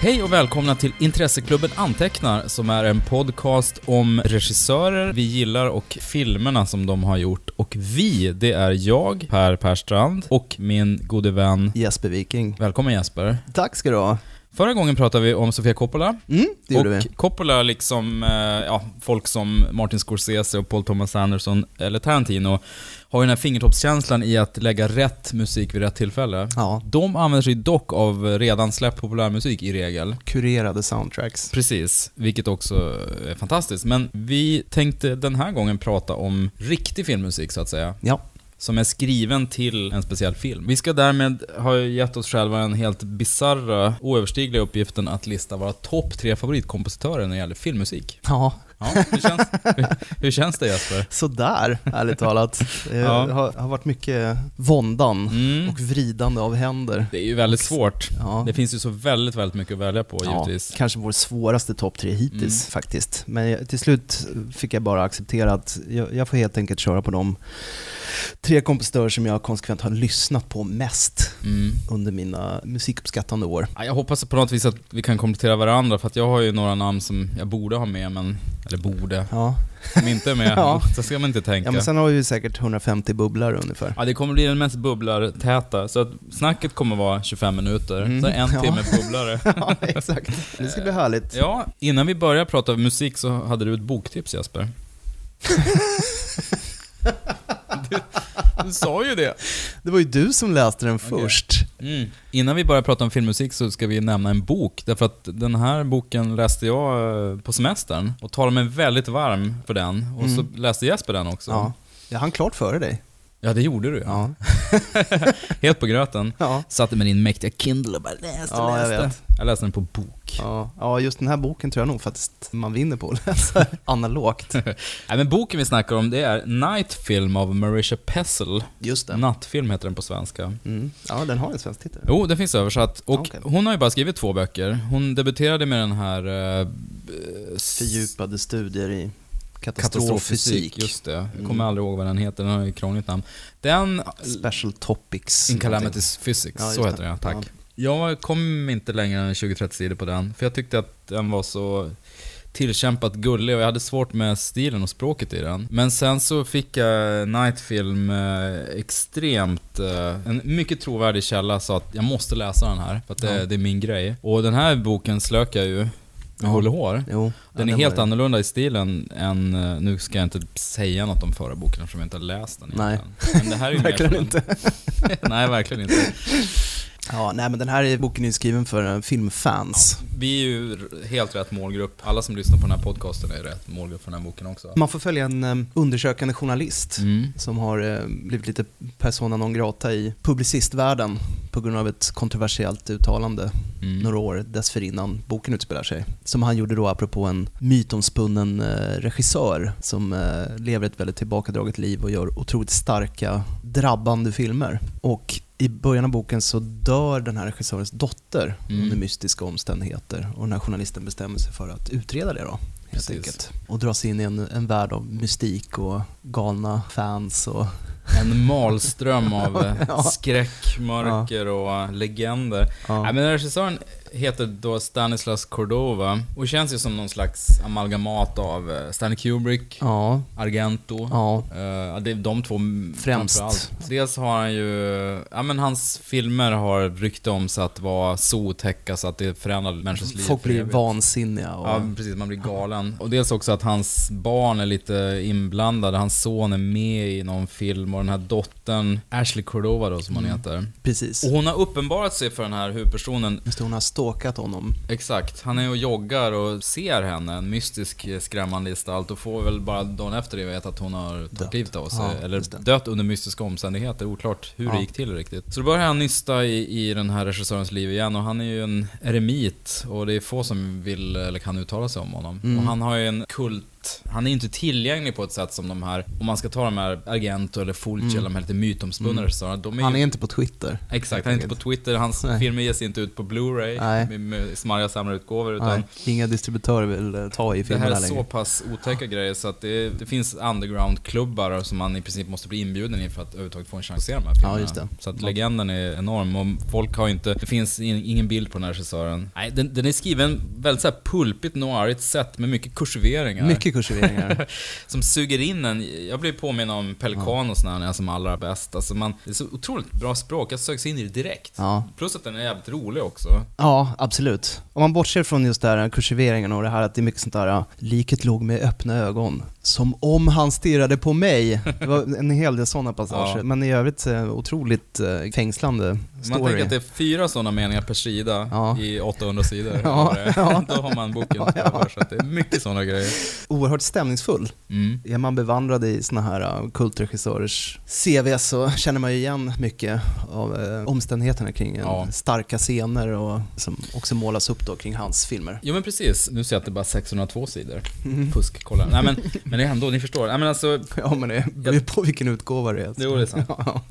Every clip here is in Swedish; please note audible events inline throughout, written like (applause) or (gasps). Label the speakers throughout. Speaker 1: Hej och välkomna till Intresseklubben Antecknar som är en podcast om regissörer vi gillar och filmerna som de har gjort. Och vi, det är jag, Per Perstrand och min gode vän
Speaker 2: Jesper Viking.
Speaker 1: Välkommen Jesper.
Speaker 2: Tack ska du ha.
Speaker 1: Förra gången pratade vi om Sofia Coppola.
Speaker 2: Mm, det gjorde
Speaker 1: och
Speaker 2: vi.
Speaker 1: Coppola, liksom eh, ja, folk som Martin Scorsese och Paul Thomas Anderson eller Tarantino, har ju den här fingertoppskänslan i att lägga rätt musik vid rätt tillfälle.
Speaker 2: Ja,
Speaker 1: De använder sig dock av redan släppt populärmusik i regel.
Speaker 2: kurerade soundtracks.
Speaker 1: Precis, vilket också är fantastiskt. Men vi tänkte den här gången prata om riktig filmmusik så att säga.
Speaker 2: Ja.
Speaker 1: Som är skriven till en speciell film. Vi ska därmed ha gett oss själva den helt bizarra, oöverstigliga uppgiften att lista våra topp tre favoritkompositörer när det gäller filmmusik.
Speaker 2: Ja,
Speaker 1: Ja, hur, känns, (laughs) hur, hur känns det Jesper?
Speaker 2: sådär,
Speaker 1: (laughs)
Speaker 2: ärligt talat. Det
Speaker 1: Ja.
Speaker 2: har, har varit mycket våndan
Speaker 1: Mm.
Speaker 2: och vridande av händer.
Speaker 1: Det är ju väldigt svårt.
Speaker 2: Ja.
Speaker 1: Det finns ju så väldigt, väldigt mycket att välja på
Speaker 2: Ja,
Speaker 1: givetvis. Mm.
Speaker 2: kanske vår svåraste topp tre hittills faktiskt. Men jag- till slut fick jag bara acceptera att jag, jag får helt enkelt köra på de tre kompositörer som jag konsekvent har lyssnat på mest
Speaker 1: Mm.
Speaker 2: under mina musikuppskattande år.
Speaker 1: Ja, Jag hoppas på något vis att vi kan komplettera varandra för att jag har ju några namn som jag borde ha med men, eller borde,
Speaker 2: Ja.
Speaker 1: som inte är med.
Speaker 2: (laughs) Ja.
Speaker 1: Så ska man inte
Speaker 2: ja,
Speaker 1: tänka. Ja,
Speaker 2: men sen har vi ju säkert 150 bubblare ungefär.
Speaker 1: det kommer bli den mest bubblartäta, så att snacket kommer vara 25 minuter,
Speaker 2: Mm.
Speaker 1: så en
Speaker 2: Ja.
Speaker 1: timme bubblare.
Speaker 2: (laughs) ja, exakt. Det ska bli härligt.
Speaker 1: Ja, innan vi börjar prata om musik så hade du ett boktips Jesper.
Speaker 2: (laughs)
Speaker 1: du, du sa ju det.
Speaker 2: Det var ju du som läste den
Speaker 1: Okej.
Speaker 2: först.
Speaker 1: Mm. Innan vi börjar prata om filmmusik så ska vi nämna en bok. Därför att den här boken läste jag eh, på semestern och talade mig väldigt varm för den. Och så
Speaker 2: Mm.
Speaker 1: läste Jesper den också.
Speaker 2: Ja. Jag hann klart före dig.
Speaker 1: Ja, det gjorde du ja.
Speaker 2: Ja,
Speaker 1: Helt på gröten.
Speaker 2: ja.
Speaker 1: Satte med din mäktiga Kindle och bara läste,
Speaker 2: Ja, jag
Speaker 1: läste.
Speaker 2: vet.
Speaker 1: jag läste den på bok.
Speaker 2: ja. ja just den här boken tror jag nog faktiskt man vinner på att läsa (laughs) analogt.
Speaker 1: Nej, men boken vi snackar om det är Night Film av Marisha Pessel.
Speaker 2: Just
Speaker 1: Nattfilm heter den på svenska.
Speaker 2: Mm. Ja, den har en svensk titel.
Speaker 1: Jo, den finns översatt. Och
Speaker 2: Okej.
Speaker 1: hon har ju bara skrivit två böcker. Hon debuterade med den här... eh, s-
Speaker 2: Fördjupade studier i
Speaker 1: Katastroffysik,
Speaker 2: katastroffysik.
Speaker 1: just det. Jag kommer
Speaker 2: Mm.
Speaker 1: aldrig ihåg vad den heter, den har ju ett krångligt namn. Den...
Speaker 2: Special topics.
Speaker 1: In Calamities Physics,
Speaker 2: Ja, just
Speaker 1: så
Speaker 2: det.
Speaker 1: heter den, ja, tack.
Speaker 2: Ja.
Speaker 1: Jag kom inte längre än 20-30 sidor på den, för jag tyckte att den var så tillkämpat gullig och jag hade svårt med stilen och språket i den. Men sen så fick jag Night Film eh, extremt, eh, en mycket trovärdig källa sa att jag måste läsa den här, för att det,
Speaker 2: Ja.
Speaker 1: det är min grej. Och den här boken slök jag ju med
Speaker 2: Ja.
Speaker 1: hull och hår.
Speaker 2: Jo,
Speaker 1: Den
Speaker 2: ja,
Speaker 1: är helt
Speaker 2: var ju-
Speaker 1: annorlunda i stilen än, eh, nu ska jag inte säga något om förra boken eftersom jag inte har läst den
Speaker 2: Nej.
Speaker 1: egentligen. Men det här är ju mer
Speaker 2: (laughs) Verkligen
Speaker 1: som
Speaker 2: inte.
Speaker 1: En, (laughs) nej, verkligen inte.
Speaker 2: Ja, nej men den här är- boken är ju skriven för eh, filmfans.
Speaker 1: Vi är ju r- helt rätt målgrupp. Alla som lyssnar på den här podcasten är rätt målgrupp för den här boken också.
Speaker 2: Man får följa en eh, undersökande journalist
Speaker 1: Mm.
Speaker 2: som har eh, blivit lite persona non grata i publicistvärlden på grund av ett kontroversiellt uttalande
Speaker 1: Mm.
Speaker 2: några år dessförinnan boken utspelar sig. Som han gjorde då apropå en mytomspunnen eh, regissör som eh, lever ett väldigt tillbakadraget liv och gör otroligt starka, drabbande filmer. Och i början av boken så dör den här regissörens dotter
Speaker 1: Mm.
Speaker 2: under mystiska omständigheter och den här journalisten bestämmer sig för att utreda det då. Helt
Speaker 1: Precis.
Speaker 2: enkelt. Och dra sig in i en, en värld av mystik och galna fans och
Speaker 1: En malström av eh,
Speaker 2: (laughs) Ja.
Speaker 1: skräck, mörker och eh, legender. Nej, men regissören heter då Stanislas Cordova och känns ju som någon slags amalgamat av eh, Stanley Kubrick,
Speaker 2: ja,
Speaker 1: Argento,
Speaker 2: ja,
Speaker 1: Eh, ja, det är de två m-
Speaker 2: Främst.
Speaker 1: framförallt. Dels har han ju, eh, ja men hans filmer har rykte om sig att vara så otäcka så att det förändrar människors liv.
Speaker 2: folk
Speaker 1: för
Speaker 2: blir
Speaker 1: evigt.
Speaker 2: vansinniga och
Speaker 1: Ja, precis. Man blir galen. Och dels också att hans barn är lite inblandade. Hans son är med i någon film och den här dottern, Ashley Cordova då som hon
Speaker 2: Mm.
Speaker 1: heter.
Speaker 2: precis.
Speaker 1: Och hon har uppenbarat sig för den här huvudpersonen.
Speaker 2: Just det, hon har stalkat honom.
Speaker 1: Exakt. Han är och joggar och ser henne, en mystisk eh, skrämmande gestalt och får väl bara dagen efter det veta att hon har tagit
Speaker 2: Dött.
Speaker 1: livet av sig.
Speaker 2: Ja, just det.
Speaker 1: eller dött under mystiska omständigheter, oklart hur det
Speaker 2: Ja.
Speaker 1: gick till riktigt. Så då börjar han nysta i, i den här regissörens liv igen och han är ju en eremit och det är få som vill eller kan uttala sig om honom.
Speaker 2: Mm.
Speaker 1: Och han har ju en kult lätt. Han är ju inte tillgänglig på ett sätt som de här, om man ska ta de här Argento eller Fulci eller de här lite mytomspunna
Speaker 2: Mm.
Speaker 1: regissörerna. De är
Speaker 2: Han
Speaker 1: ju,
Speaker 2: är inte på Twitter.
Speaker 1: Exakt, han är inte på Twitter, hans
Speaker 2: Nej.
Speaker 1: filmer ges inte ut på Blu-ray
Speaker 2: Nej.
Speaker 1: med, med smarriga samlarutgåvor utan
Speaker 2: Nej, inga distributörer vill eh, ta
Speaker 1: Det
Speaker 2: i
Speaker 1: här
Speaker 2: filmerna
Speaker 1: är
Speaker 2: längre.
Speaker 1: så pass otäcka grejer så att det, det finns underground-klubbar som man i princip måste bli inbjuden i för att överhuvudtaget få en chans att se de här filmerna.
Speaker 2: Ja, just det.
Speaker 1: Så att legenden är enorm och folk har inte, det finns in, ingen bild på den här regissören. Nej, den, den är skriven väldigt så här pulpigt noirigt sätt med mycket kursiveringar. (laughs)
Speaker 2: Mycket kursiveringar.
Speaker 1: Som suger in en. Jag blir påminn om Pelikan och sådär när jag som allra bäst. Alltså man, det är så otroligt bra språk, jag sögs in i det direkt.
Speaker 2: ja.
Speaker 1: Plus att den är jävligt rolig också.
Speaker 2: ja, absolut. Om man bortser från just det här eh, kursiveringen och det här att det är mycket sånt där, ja, liket låg med öppna ögon. Som om han stirrade på mig. Det var en hel del sådana passager.
Speaker 1: Ja.
Speaker 2: Men i övrigt eh, otroligt eh, fängslande
Speaker 1: Om man tänker
Speaker 2: story.
Speaker 1: att det är fyra sådana meningar per sida
Speaker 2: Ja.
Speaker 1: i 800 sidor.
Speaker 2: (laughs) Ja, ja.
Speaker 1: (laughs) Då har man boken
Speaker 2: (laughs) Ja, ja.
Speaker 1: översatt. Det är mycket sådana grejer.
Speaker 2: Oerhört stämningsfull.
Speaker 1: Mm.
Speaker 2: Är man bevandrad i såna här uh, kultregissörers CV så känner man ju igen mycket av eh, omständigheterna kring en
Speaker 1: Ja.
Speaker 2: starka scener och som också målas upp då kring hans filmer. (laughs)
Speaker 1: Jo men precis, nu ser jag att det är bara 602 sidor.
Speaker 2: Mm.
Speaker 1: Fusk, kolla. Nej
Speaker 2: (laughs)
Speaker 1: men, men det är ändå, ni förstår. Nej men alltså,
Speaker 2: Ja men det beror ju på vilken utgåva det är.
Speaker 1: Jo, det är sant.
Speaker 2: (laughs) Ja.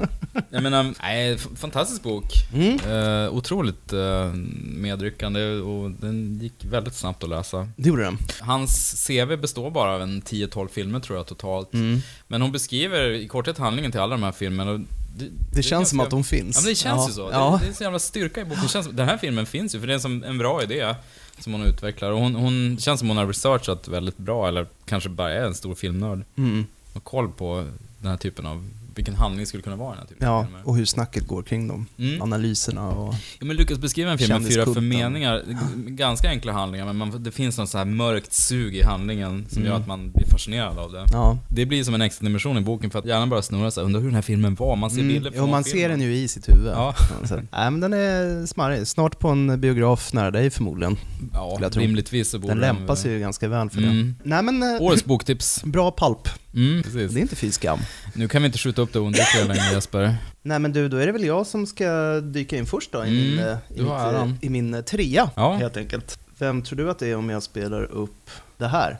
Speaker 1: jag menar, nej, f- fantastisk bok.
Speaker 2: Mm.
Speaker 1: Eh, otroligt eh, medryckande och den gick väldigt snabbt att läsa.
Speaker 2: Det gjorde den.
Speaker 1: Hans CV består bara av en 10-12 filmer tror jag totalt.
Speaker 2: Mm.
Speaker 1: Men hon beskriver i korthet handlingen till alla de här filmerna. och Det, det
Speaker 2: Det
Speaker 1: är
Speaker 2: känns som
Speaker 1: ganska-
Speaker 2: att de finns.
Speaker 1: Ja men det känns ju så.
Speaker 2: Ja.
Speaker 1: Det, det är en så jävla styrka i boken. Det känns, som- den här filmen finns ju, för det är som en bra idé som hon utvecklar. Och hon, hon känns som hon har researchat väldigt bra, eller kanske bara är en stor filmnörd.
Speaker 2: Mm.
Speaker 1: Och koll på den här typen av, vilken handling skulle kunna vara i den här typen av
Speaker 2: Ja,
Speaker 1: filmer.
Speaker 2: och hur snacket går kring dem.
Speaker 1: Mm.
Speaker 2: Analyserna och...
Speaker 1: Ja, men Lukas beskriver en film med fyra
Speaker 2: Kändiskulten.
Speaker 1: förmeningar, g- ganska enkla handlingar, men man, det finns någon så här mörkt sug i handlingen som gör
Speaker 2: Mm.
Speaker 1: att man blir fascinerad av det.
Speaker 2: Ja.
Speaker 1: Det blir som en extra dimension i boken för att hjärnan bara snurrar såhär, undrar hur den här filmen var, man ser bilder
Speaker 2: Mm.
Speaker 1: från
Speaker 2: Jo, man
Speaker 1: filmen.
Speaker 2: ser den ju i sitt huvud.
Speaker 1: Ja.
Speaker 2: Så, nej, men den är smarrig. Snart på en biograf nära dig förmodligen.
Speaker 1: Ja,
Speaker 2: skulle jag tro.
Speaker 1: rimligtvis så borde
Speaker 2: Den lämpar sig ju ganska väl för det.
Speaker 1: Mm.
Speaker 2: Nej men, eh,
Speaker 1: Årets boktips.
Speaker 2: bra palp.
Speaker 1: Mm, precis.
Speaker 2: Det är inte fy skam.
Speaker 1: Nu kan vi inte skjuta upp det oundvikliga längre Jesper.
Speaker 2: Nej men du, då är det väl jag som ska dyka in först då i,
Speaker 1: Mm,
Speaker 2: min, eh, i,
Speaker 1: du har
Speaker 2: mitt, eh,
Speaker 1: äran.
Speaker 2: i min eh, trea
Speaker 1: Ja.
Speaker 2: helt enkelt. Vem tror du att det är om jag spelar upp det här?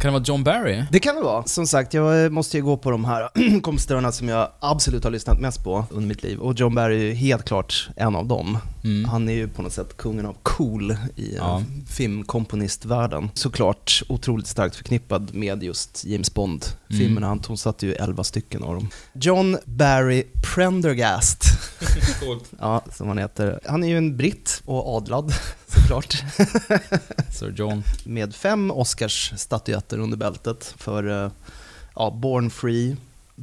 Speaker 1: Kan det vara John (laughs) Barry?
Speaker 2: Det kan det vara. Som sagt, jag eh, måste ju gå på de här (clears throat) kompositörerna som jag absolut har lyssnat mest på under mitt liv. Och John Barry är ju helt klart en av dem.
Speaker 1: Mm.
Speaker 2: Han är ju på något sätt kungen av cool i eh,
Speaker 1: Ja.
Speaker 2: filmkomponistvärlden. Såklart otroligt starkt förknippad med just James Bond-filmerna.
Speaker 1: Mm.
Speaker 2: Han tonsatte ju elva stycken av dem. John Barry Prendergast,
Speaker 1: Coolt.
Speaker 2: ja, som han heter. Han är ju en britt och adlad (laughs) såklart.
Speaker 1: Sir John.
Speaker 2: med fem Oscarsstatyetter under bältet för eh, ja, Born Free,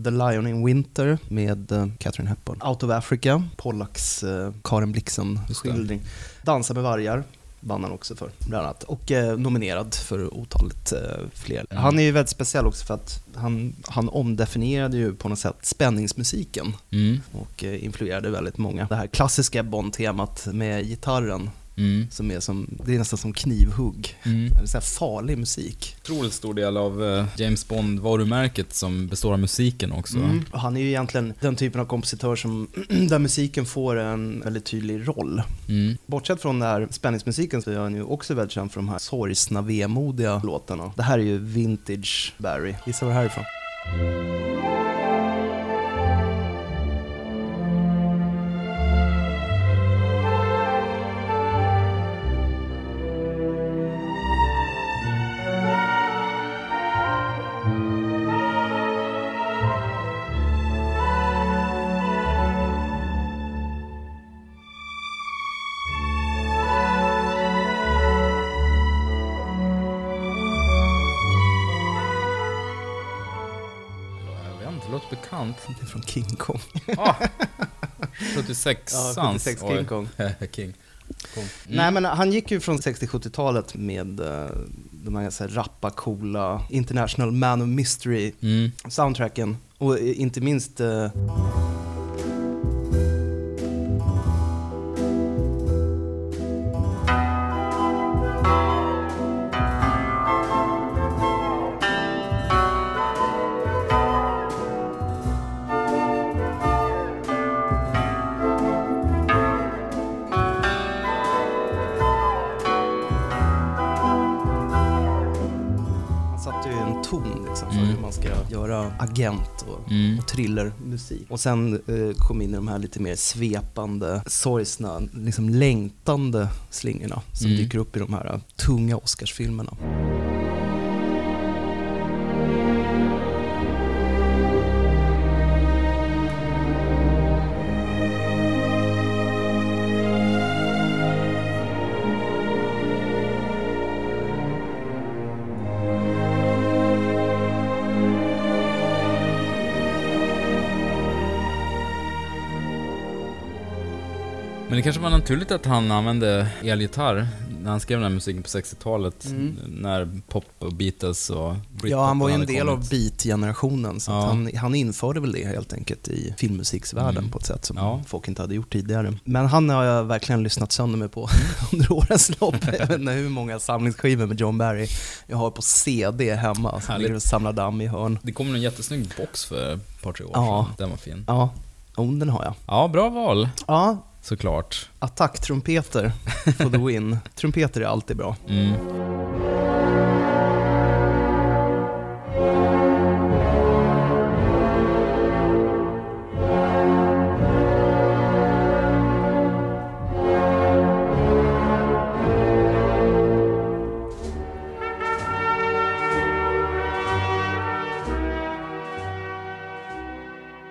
Speaker 2: The Lion in Winter med eh, Catherine Hepburn, Out of Africa, Pollacks eh, Karen
Speaker 1: Just det.
Speaker 2: Blixen-skildring, Dansa med vargar vann han också för, bland annat. Och eh, nominerad för otaligt eh, fler.
Speaker 1: Mm.
Speaker 2: Han är ju väldigt speciell också för att han, han omdefinierade ju på något sätt spänningsmusiken
Speaker 1: Mm.
Speaker 2: och eh, influerade väldigt många. Det här klassiska Bond-temat med gitarren
Speaker 1: Mm.
Speaker 2: som är som, det är nästan som knivhugg.
Speaker 1: Mm.
Speaker 2: Det är så här farlig musik.
Speaker 1: Otroligt stor del av eh, James Bond-varumärket som består av musiken också.
Speaker 2: Och han är ju egentligen den typen av kompositör som, (clears throat) där musiken får en väldigt tydlig roll.
Speaker 1: Mm.
Speaker 2: Bortsett från den här spänningsmusiken så är han ju också väldigt känd för de här sorgsna, vemodiga låtarna. Det här är ju vintage Barry. Gissa var det här är ifrån?
Speaker 1: Jag vet inte, det låter bekant.
Speaker 2: Det är från King Kong.
Speaker 1: 76
Speaker 2: (laughs) Ja, 76 King Kong.
Speaker 1: (laughs) King. Kong.
Speaker 2: Nej men han gick ju från 60-70-talet med eh, de här, så här rappa, coola International Man of Mystery
Speaker 1: Mm.
Speaker 2: soundtracken och eh, inte minst eh, för
Speaker 1: Mm.
Speaker 2: hur man ska göra agent och
Speaker 1: Mm.
Speaker 2: och thrillermusik. Och sen eh, kom in i de här lite mer svepande, sorgsna, liksom längtande slingorna som
Speaker 1: Mm.
Speaker 2: dyker upp i de här eh, tunga Oscarsfilmerna.
Speaker 1: Men det kanske var naturligt att han använde elgitarr när han skrev den här musiken på 60-talet.
Speaker 2: Mm.
Speaker 1: När pop och Beatles och Britpop
Speaker 2: Ja, han var ju en
Speaker 1: hade
Speaker 2: del
Speaker 1: kommit.
Speaker 2: av beat-generationen så att
Speaker 1: Ja.
Speaker 2: han, han införde väl det helt enkelt i filmmusiksvärlden på ett sätt som
Speaker 1: Ja.
Speaker 2: folk inte hade gjort tidigare. Men han har jag verkligen lyssnat sönder mig på (laughs) under årens lopp. Jag vet inte hur många samlingsskivor med John Barry jag har på CD hemma. Så
Speaker 1: Härligt.
Speaker 2: ligger och samlar damm i hörn.
Speaker 1: Det kom en jättesnygg box för ett par tre år
Speaker 2: Ja.
Speaker 1: sedan. Den var fin.
Speaker 2: Ja, om den har jag.
Speaker 1: Ja, bra val
Speaker 2: Ja,
Speaker 1: såklart.
Speaker 2: Attacktrumpetr for the
Speaker 1: (laughs)
Speaker 2: win. Trumpeter är alltid bra.
Speaker 1: Mm.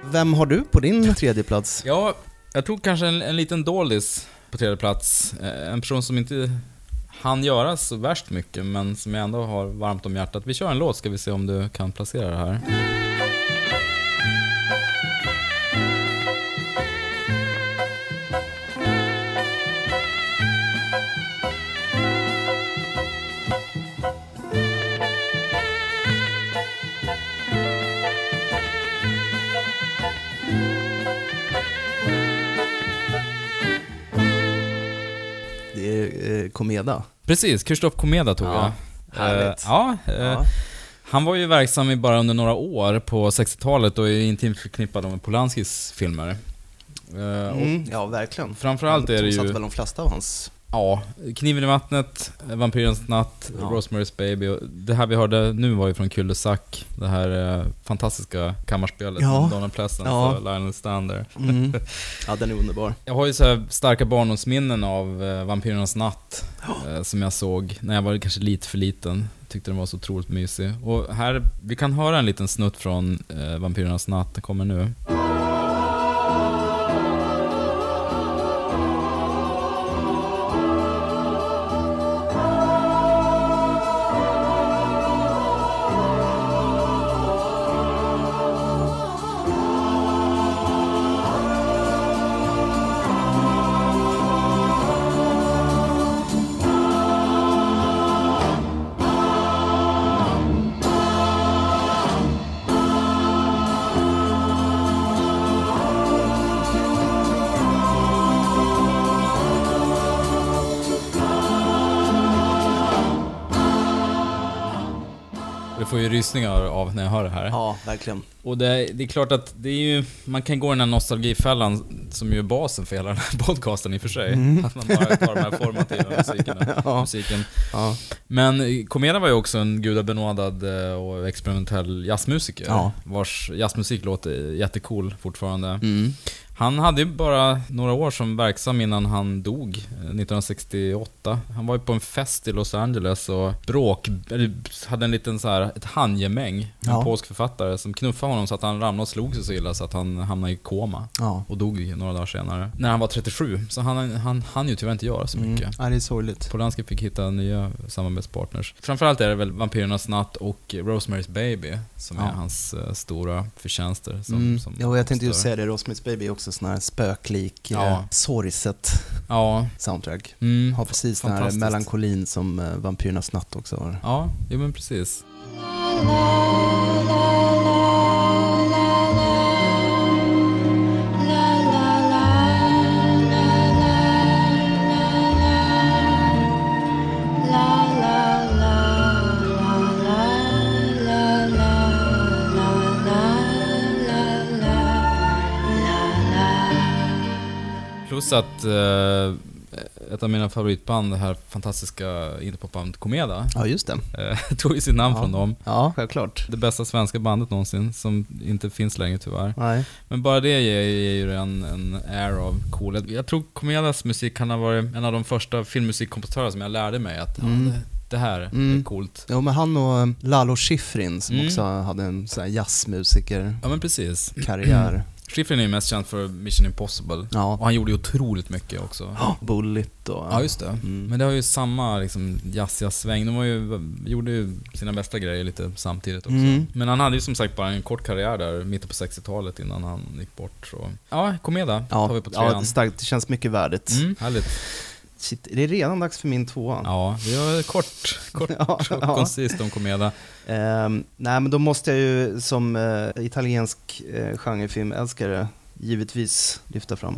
Speaker 2: Vem har du på din tredje plats?
Speaker 1: Ja, jag tog kanske en, en liten doldis på tredje plats. Eh, En person som inte hann göra så värst mycket, men som jag ändå har varmt om hjärtat. Vi kör en låt, ska vi se om du kan placera det här.
Speaker 2: Det är eh, Komeda.
Speaker 1: Precis, Christoph Komeda tog
Speaker 2: Ja,
Speaker 1: jag.
Speaker 2: härligt.
Speaker 1: Eh, ja, eh,
Speaker 2: Ja.
Speaker 1: Han var ju verksam i bara under några år på 60-talet och är intimt förknippad med Polanskis filmer. Eh, och
Speaker 2: Mm, ja, verkligen.
Speaker 1: Framförallt är det
Speaker 2: De
Speaker 1: ju...
Speaker 2: satt väl de flesta av hans...
Speaker 1: Ja, Kniven i vattnet, Vampyrens natt,
Speaker 2: Ja.
Speaker 1: Rosemary's baby och det här vi hörde nu var ju från Cul-de-Sac, det här eh, fantastiska kammarspelet
Speaker 2: Ja.
Speaker 1: med Donald Pleasence
Speaker 2: Ja.
Speaker 1: och Lionel Stander.
Speaker 2: Mm. Ja, den är underbar.
Speaker 1: Jag har ju så här starka barndomsminnen av eh, Vampyrernas natt
Speaker 2: (gasps)
Speaker 1: eh, som jag såg när jag var kanske lite för liten. Tyckte den var så otroligt mysig. Och här, vi kan höra en liten snutt från eh, Vampyrernas natt, den kommer nu. Jag får ju rysningar av när jag hör det här.
Speaker 2: Ja,
Speaker 1: (laughs)
Speaker 2: verkligen.
Speaker 1: Och det, det är klart att det är ju, man kan gå i den här nostalgifällan som ju är basen för hela den här podcasten i och för sig. Att man bara tar de här formativa musiken. musiken.
Speaker 2: Ja.
Speaker 1: Men Komeda var ju också en gudabenådad eh, och experimentell jazzmusiker.
Speaker 2: Ja.
Speaker 1: Vars jazzmusik låter jättecool fortfarande.
Speaker 2: Mm.
Speaker 1: Han hade ju bara några år som verksam innan han dog eh, 1968. Han var ju på en fest i Los Angeles och bråk, eller hade en liten så här, ett handgemäng med en
Speaker 2: Ja.
Speaker 1: polsk författare som knuffade honom så att han ramlade och slog sig så illa så att han hamnade i koma.
Speaker 2: Ja.
Speaker 1: Och dog några dagar senare. När han var 37. Så han, han hann ju tyvärr inte göra så mycket.
Speaker 2: Mm. Ja, det är sorgligt.
Speaker 1: Polanski fick hitta nya samarbetspartners. Framförallt är det väl Vampyrernas natt och Rosemary's Baby som är
Speaker 2: Ja.
Speaker 1: hans eh, stora förtjänster. Som,
Speaker 2: Mm.
Speaker 1: som
Speaker 2: Ja, och jag tänkte just
Speaker 1: stör.
Speaker 2: säga det, Rosemary's Baby är också sån här spöklik,
Speaker 1: Ja.
Speaker 2: ja. sorgset
Speaker 1: Ja.
Speaker 2: soundtrack.
Speaker 1: Mm.
Speaker 2: Har precis den här
Speaker 1: Fantastiskt.
Speaker 2: melankolin som eh, Vampyrernas natt också har.
Speaker 1: Ja, jo men precis. Plus att eh, ett av mina favoritband, det här fantastiska interpopbandet Komeda,
Speaker 2: Ja, just det.
Speaker 1: eh, (laughs) tog ju sitt namn
Speaker 2: Ja.
Speaker 1: från dem.
Speaker 2: Ja, självklart.
Speaker 1: Det bästa svenska bandet någonsin, som inte finns längre tyvärr.
Speaker 2: Nej.
Speaker 1: Men bara det ger, ger ju en, en air av coolhet. Jag tror Komedas musik kan ha varit en av de första filmmusikkompositörerna som jag lärde mig att
Speaker 2: Mm.
Speaker 1: ja, det, det här är
Speaker 2: Mm.
Speaker 1: coolt.
Speaker 2: Jo, men han och eh, Lalo Schifrin som
Speaker 1: Mm.
Speaker 2: också hade en sån här jazzmusikerkarriär.
Speaker 1: Ja men precis. Mm. Schifrin är ju mest känd för Mission Impossible. Och
Speaker 2: Ja.
Speaker 1: han gjorde ju otroligt mycket också.
Speaker 2: Oh, Bullet och...
Speaker 1: Ja just det.
Speaker 2: Mm.
Speaker 1: Men det har ju samma liksom jazz-jazz-sväng. De var ju, gjorde ju sina bästa grejer lite samtidigt också.
Speaker 2: Mm.
Speaker 1: Men han hade ju som sagt bara en kort karriär där, mitten på 60-talet innan han gick bort. Så. Ja, Komeda tar
Speaker 2: Ja,
Speaker 1: vi på
Speaker 2: ja,
Speaker 1: trean.
Speaker 2: starkt. Det känns mycket värdigt.
Speaker 1: Mm, härligt.
Speaker 2: Shit, det är redan dags för min tvåa.
Speaker 1: Ja, vi har kort, kort
Speaker 2: (laughs) Ja,
Speaker 1: och
Speaker 2: ja.
Speaker 1: koncist om Komeda.
Speaker 2: Ehm, nej, men då måste jag ju som eh, italiensk uh, genrefilmälskare givetvis lyfta fram.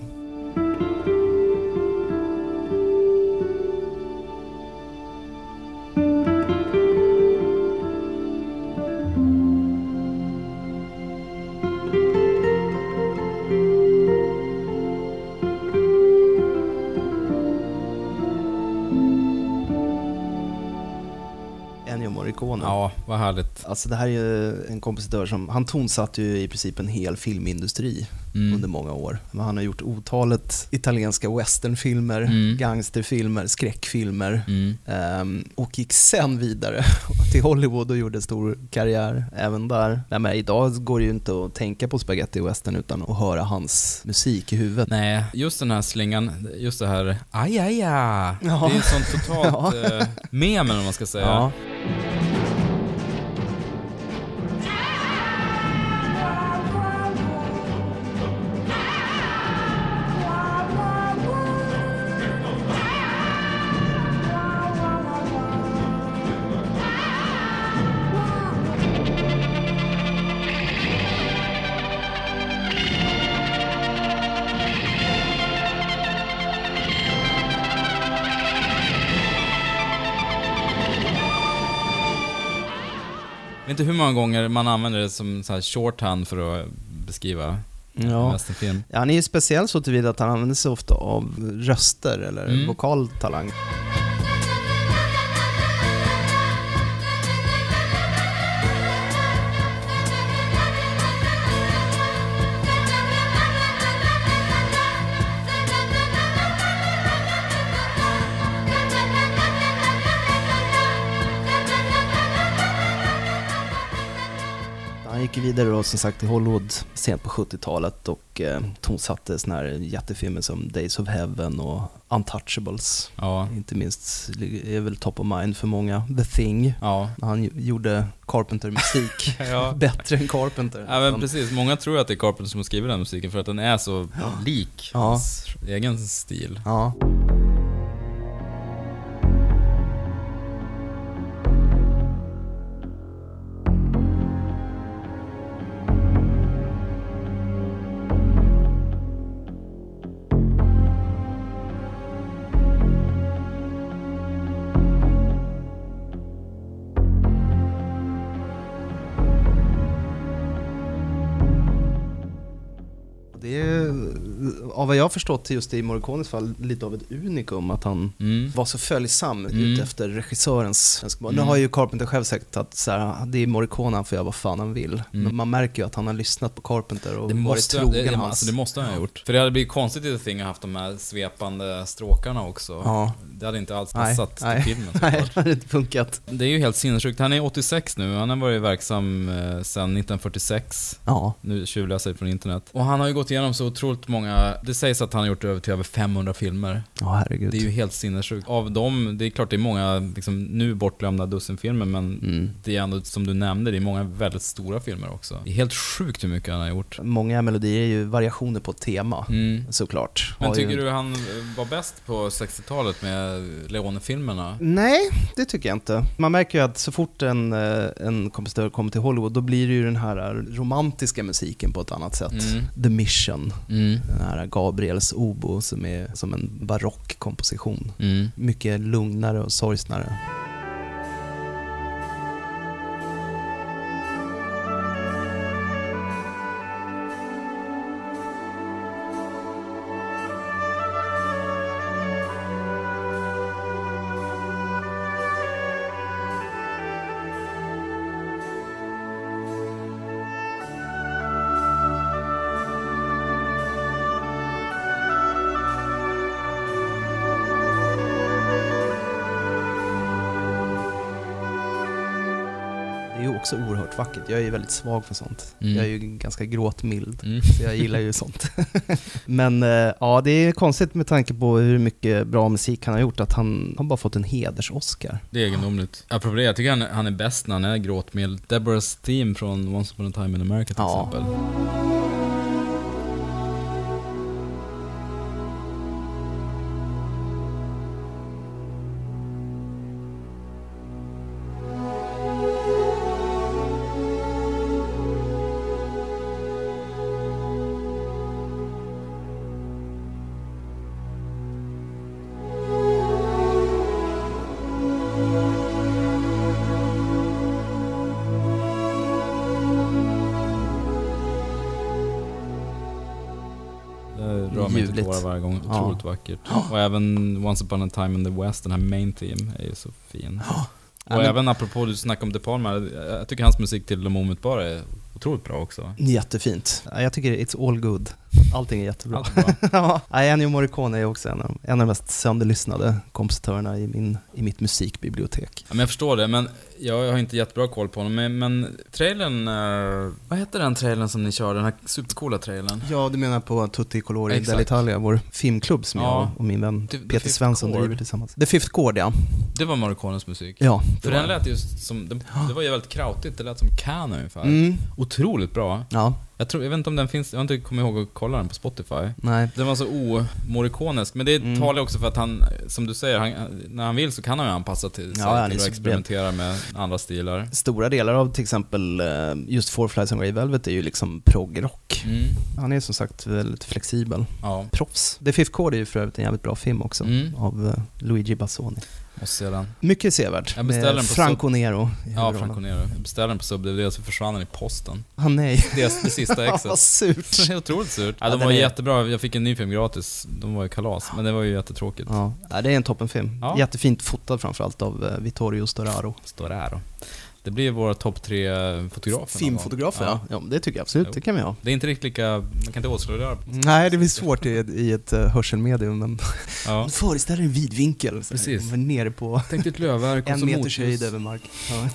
Speaker 2: Ennio Morricone.
Speaker 1: Ja, vad härligt.
Speaker 2: Alltså det här är ju en kompositör som, han tonsatte ju i princip en hel filmindustri under
Speaker 1: Mm.
Speaker 2: många år. Men han har gjort otalet italienska westernfilmer,
Speaker 1: Mm.
Speaker 2: gangsterfilmer, skräckfilmer.
Speaker 1: Mm.
Speaker 2: ehm, och gick sen vidare (laughs) till Hollywood och gjorde stor karriär även där. Nej, men idag går det ju inte att tänka på spaghetti western utan att höra hans musik i huvudet.
Speaker 1: Nej, just den här slingan, just det här aj, aj, aj. Det
Speaker 2: Ja.
Speaker 1: är ju sånt
Speaker 2: (laughs)
Speaker 1: totalt eh, meme eller vad man ska säga.
Speaker 2: Ja.
Speaker 1: Jag vet inte hur många gånger man använder det som så här shorthand för att beskriva en
Speaker 2: Ja.
Speaker 1: westernfilm.
Speaker 2: Ja, Han är ju speciell så tillvida att han använder sig ofta av röster eller
Speaker 1: Mm.
Speaker 2: vokaltalang. Han gick ju vidare då som sagt till Hollywood sent på 70-talet och eh, tonsatte såna här jättefilmer som Days of Heaven och Untouchables.
Speaker 1: Ja.
Speaker 2: Inte minst är väl top of mind för många, The Thing.
Speaker 1: Ja.
Speaker 2: Han ju- gjorde Carpenter-musik
Speaker 1: (laughs) ja.
Speaker 2: bättre än Carpenter.
Speaker 1: Ja men
Speaker 2: nästan.
Speaker 1: precis, många tror att det är Carpenter som har skrivit den här musiken för att den är så lik
Speaker 2: Ja.
Speaker 1: hans egen stil.
Speaker 2: ja. Det är av vad jag har förstått just i Morricones fall lite av ett unikum att han
Speaker 1: Mm.
Speaker 2: var så följsam
Speaker 1: Mm.
Speaker 2: ut efter regissörens önskemål. Nu
Speaker 1: Mm.
Speaker 2: har ju Carpenter själv sagt att så här, det är Morricone han får göra vad fan han vill.
Speaker 1: Mm.
Speaker 2: Men man märker ju att han har lyssnat på Carpenter och
Speaker 1: Det
Speaker 2: varit
Speaker 1: måste,
Speaker 2: trogen
Speaker 1: det, det,
Speaker 2: hans.
Speaker 1: alltså det måste han ha gjort. För det hade blivit konstigt i The Thing att haft de här svepande stråkarna också.
Speaker 2: Ja.
Speaker 1: Det hade inte alls
Speaker 2: Nej,
Speaker 1: passat
Speaker 2: nej,
Speaker 1: till filmen
Speaker 2: (laughs) Nej,
Speaker 1: såklart.
Speaker 2: det har inte funkat.
Speaker 1: Det är ju helt sinnessjukt. Han är 86 nu, han har varit verksam eh, sedan 1946.
Speaker 2: Ja.
Speaker 1: Nu tjuvläser jag från internet. Och han har ju gått igenom så otroligt många, det sägs att han har gjort över till över 500 filmer.
Speaker 2: Ja, herregud.
Speaker 1: Det är ju helt sinnessjukt. Av dem, det är klart det är många liksom, nu bortglömda dussinfilmer men
Speaker 2: mm.
Speaker 1: det är ändå som du nämnde, det är många väldigt stora filmer också. Det är helt sjukt hur mycket han har gjort.
Speaker 2: Många melodier är ju variationer på ett tema,
Speaker 1: Mm.
Speaker 2: såklart.
Speaker 1: Men
Speaker 2: Har
Speaker 1: tycker
Speaker 2: ju...
Speaker 1: du han eh, var bäst på 60-talet med Leone-filmerna?
Speaker 2: Nej, det tycker jag inte. Man märker ju att så fort en, eh, en kompositör kommer till Hollywood då blir det ju den här romantiska musiken på ett annat sätt.
Speaker 1: Mm.
Speaker 2: The Mission,
Speaker 1: Mm.
Speaker 2: den här Gabriels obo som är som en barock komposition.
Speaker 1: Mm.
Speaker 2: Mycket lugnare och sorgsnare. också oerhört vackert. Jag är ju väldigt svag för sånt.
Speaker 1: Mm.
Speaker 2: Jag är ju ganska gråtmild,
Speaker 1: Mm.
Speaker 2: så jag gillar ju sånt. (laughs) Men eh, ja, det är konstigt med tanke på hur mycket bra musik han har gjort, att han har bara fått en heders-Oscar.
Speaker 1: Det är egendomligt. Apropå det, jag tycker han, han är bäst när han är gråtmild. Deborahs team från Once upon a time in America till
Speaker 2: Ja.
Speaker 1: exempel. Det rör mig till
Speaker 2: Ljuvligt.
Speaker 1: tårar varje gång.
Speaker 2: Ja.
Speaker 1: Otroligt vackert. Och även Once upon a time in the West, den här main team, är ju så fin. Och
Speaker 2: Ja, men-
Speaker 1: även apropå du snackade om De Palma, jag tycker hans musik till De Omutbara är otroligt bra också.
Speaker 2: Jättefint. Ja, Jag tycker it's all good. Allting är jättebra.
Speaker 1: Allt är bra.
Speaker 2: (laughs) ja, nej, Ennio Morricone är också en av, en av de mest sönderlyssnade kompositörerna i, min, i mitt musikbibliotek.
Speaker 1: Ja, men jag förstår det, men jag har inte jättebra koll på honom. Men, men trailern, eh, vad heter den trailern som ni kör? Den här supercoola trailern?
Speaker 2: Ja, du menar på Tutti Colori
Speaker 1: Exakt.
Speaker 2: dell'Italia, vår filmklubb som
Speaker 1: Ja.
Speaker 2: jag och min vän
Speaker 1: The- The
Speaker 2: Peter
Speaker 1: Fifth
Speaker 2: Svensson
Speaker 1: Chord.
Speaker 2: driver tillsammans. The Fifth Chord, ja.
Speaker 1: Det var Morricones musik.
Speaker 2: ja det
Speaker 1: För
Speaker 2: var
Speaker 1: den lät ju som, det, det var ju väldigt krautigt, det lät som Can ungefär.
Speaker 2: Mm,
Speaker 1: Otroligt bra.
Speaker 2: ja,
Speaker 1: Jag, tror, jag vet inte om den finns, jag har inte kommit ihåg att kolla den på Spotify.
Speaker 2: nej.
Speaker 1: Den var så omorikonisk, men det
Speaker 2: Mm.
Speaker 1: talar ju också för att han, som du säger, han, när han vill så kan han ju anpassa till sig
Speaker 2: Ja, han är
Speaker 1: och
Speaker 2: så
Speaker 1: experimentera med andra stilar.
Speaker 2: Stora delar av till exempel eh, just Four Flies and Grey Velvet är ju liksom proggrock.
Speaker 1: Mm.
Speaker 2: Han är som sagt väldigt flexibel.
Speaker 1: Ja,
Speaker 2: Proffs. The Fifth Chord är ju för övrigt en jävligt bra film också,
Speaker 1: Mm.
Speaker 2: av eh, Luigi Bassoni.
Speaker 1: måste se den.
Speaker 2: Mycket sevärt.
Speaker 1: Jag beställer den
Speaker 2: med
Speaker 1: på
Speaker 2: Franco Nero i
Speaker 1: Ja,
Speaker 2: huvudrollen.
Speaker 1: Franco Nero. Jag beställde den på sub-DVD så försvann den i posten.
Speaker 2: Ah, nej.
Speaker 1: Det, är det
Speaker 2: (laughs)
Speaker 1: sista exet.
Speaker 2: Vad
Speaker 1: (laughs)
Speaker 2: surt.
Speaker 1: Det är otroligt surt. Ja,
Speaker 2: Ja,
Speaker 1: de
Speaker 2: den
Speaker 1: var
Speaker 2: är-
Speaker 1: jättebra, jag fick en ny film gratis. De var ju kalas, men det var ju jättetråkigt.
Speaker 2: Ja, ja, det är en toppenfilm.
Speaker 1: Ja.
Speaker 2: Jättefint fotad framförallt av eh, Vittorio Storaro.
Speaker 1: Står det här då. Det blir våra topp tre fotografer. någon
Speaker 2: Filmfotografer,
Speaker 1: gång.
Speaker 2: ja. ja. men Det tycker jag absolut,
Speaker 1: Jo. Mm.
Speaker 2: det kan vi ha.
Speaker 1: Det är inte riktigt lika, man kan inte
Speaker 2: (laughs)
Speaker 1: åskådliggöra.
Speaker 2: Nej, det blir svårt i, i ett eh, hörselmedium, men (laughs)
Speaker 1: Ja.
Speaker 2: föreställ dig en vidvinkel. så här,
Speaker 1: Precis. Alltså,
Speaker 2: kommer Nere på
Speaker 1: Tänk dig ett lövverk och
Speaker 2: en
Speaker 1: så
Speaker 2: meters
Speaker 1: motljus.
Speaker 2: höjd över mark. Ja.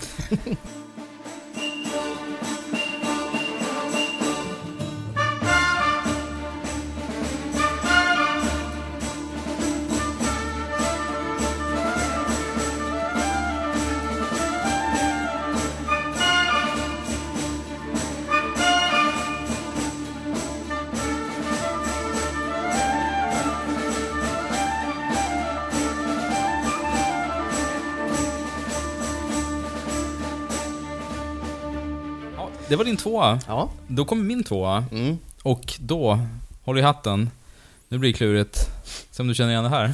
Speaker 1: Ja, det var din tvåa.
Speaker 2: ja.
Speaker 1: Då kommer min tvåa.
Speaker 2: Mm.
Speaker 1: Och då, håll i hatten. Nu blir det klurigt. Se om du känner igen det här.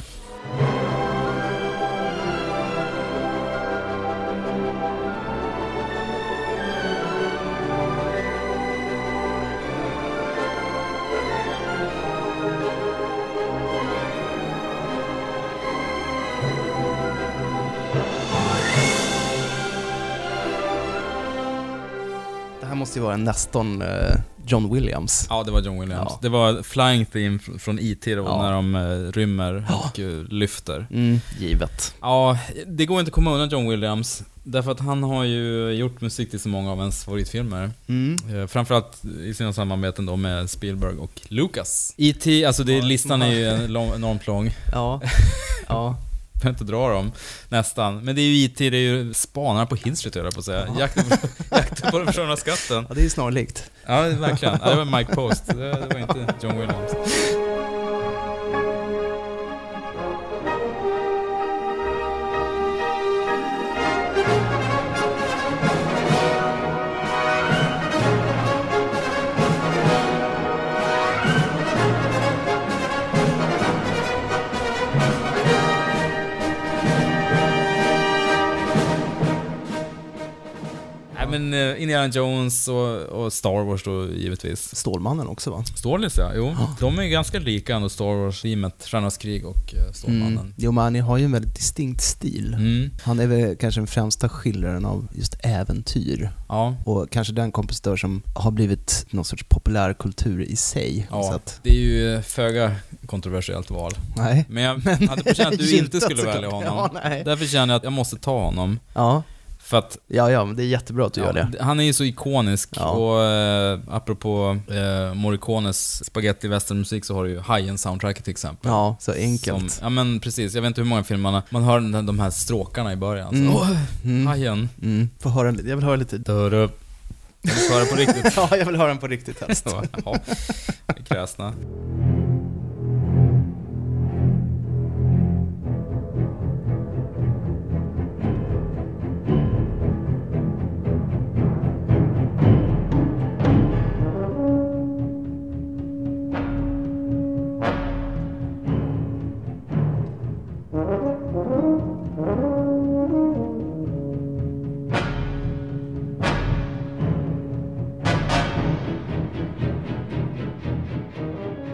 Speaker 2: Det här måste ju vara nästan eh, John Williams.
Speaker 1: Ja, det var John Williams.
Speaker 2: Ja.
Speaker 1: Det var Flying Theme fr- från IT då,
Speaker 2: Ja.
Speaker 1: när de eh, rymmer och eh, lyfter.
Speaker 2: Mm, givet.
Speaker 1: Ja, det går inte att komma undan John Williams. Därför att han har ju gjort musik till så många av ens favoritfilmer.
Speaker 2: Mm.
Speaker 1: Eh, Framförallt i sina samarbeten då med Spielberg och Lucas. E.T., alltså det,
Speaker 2: Ja,
Speaker 1: listan är ju en lång, enormt lång.
Speaker 2: Ja. ja.
Speaker 1: Jag behöver inte dra dem, nästan. Men det är ju IT, det är ju spanarna på Hill Street höll jag på att säga.
Speaker 2: Ja.
Speaker 1: Jakten på, (laughs) jakten på den försvunna skatten.
Speaker 2: ja, det är ju snarlikt.
Speaker 1: Ja, verkligen. Ja, det var Mike Post, det det var inte John Williams. Nej men eh, Indiana Jones och, och Star Wars då givetvis.
Speaker 2: Stålmannen också va?
Speaker 1: Stålis ja, jo. De är ju ganska lika ändå Star Wars-teamet, Stjärnornas krig och eh, Stålmannen.
Speaker 2: Jo, men han har ju en väldigt distinkt stil.
Speaker 1: Mm.
Speaker 2: Han är väl kanske den främsta skildraren av just äventyr
Speaker 1: Ja,
Speaker 2: och kanske den kompositör som har blivit någon sorts populärkultur i sig. Så
Speaker 1: ja.
Speaker 2: att,
Speaker 1: Det är ju eh, föga kontroversiellt val.
Speaker 2: nej.
Speaker 1: (laughs)
Speaker 2: (laughs)
Speaker 1: Men jag hade på känn att du inte
Speaker 2: Gyntat
Speaker 1: skulle
Speaker 2: såklart.
Speaker 1: välja honom.
Speaker 2: Ja, nej.
Speaker 1: Därför känner jag att jag måste ta honom.
Speaker 2: Ja.
Speaker 1: För att
Speaker 2: Ja, ja, men det är jättebra att du gör det.
Speaker 1: Ja, Han är ju så ikonisk
Speaker 2: Ja.
Speaker 1: och eh, apropå eh, Morricones spaghetti westernmusik så har du ju Hajen soundtracket till exempel.
Speaker 2: Ja, så enkelt.
Speaker 1: Som, ja men precis, jag vet inte hur många filmer man har. Man hör den där- de här stråkarna i början.
Speaker 2: Mm.
Speaker 1: Så,
Speaker 2: Mm.
Speaker 1: Hajen.
Speaker 2: Mm. Får höra en, jag vill höra lite.
Speaker 1: Dörö. Jag vill höra på riktigt.
Speaker 2: (laughs)
Speaker 1: (laughs)
Speaker 2: ja, jag vill höra den på riktigt helst.
Speaker 1: Så, Jaha, vi är kräsna.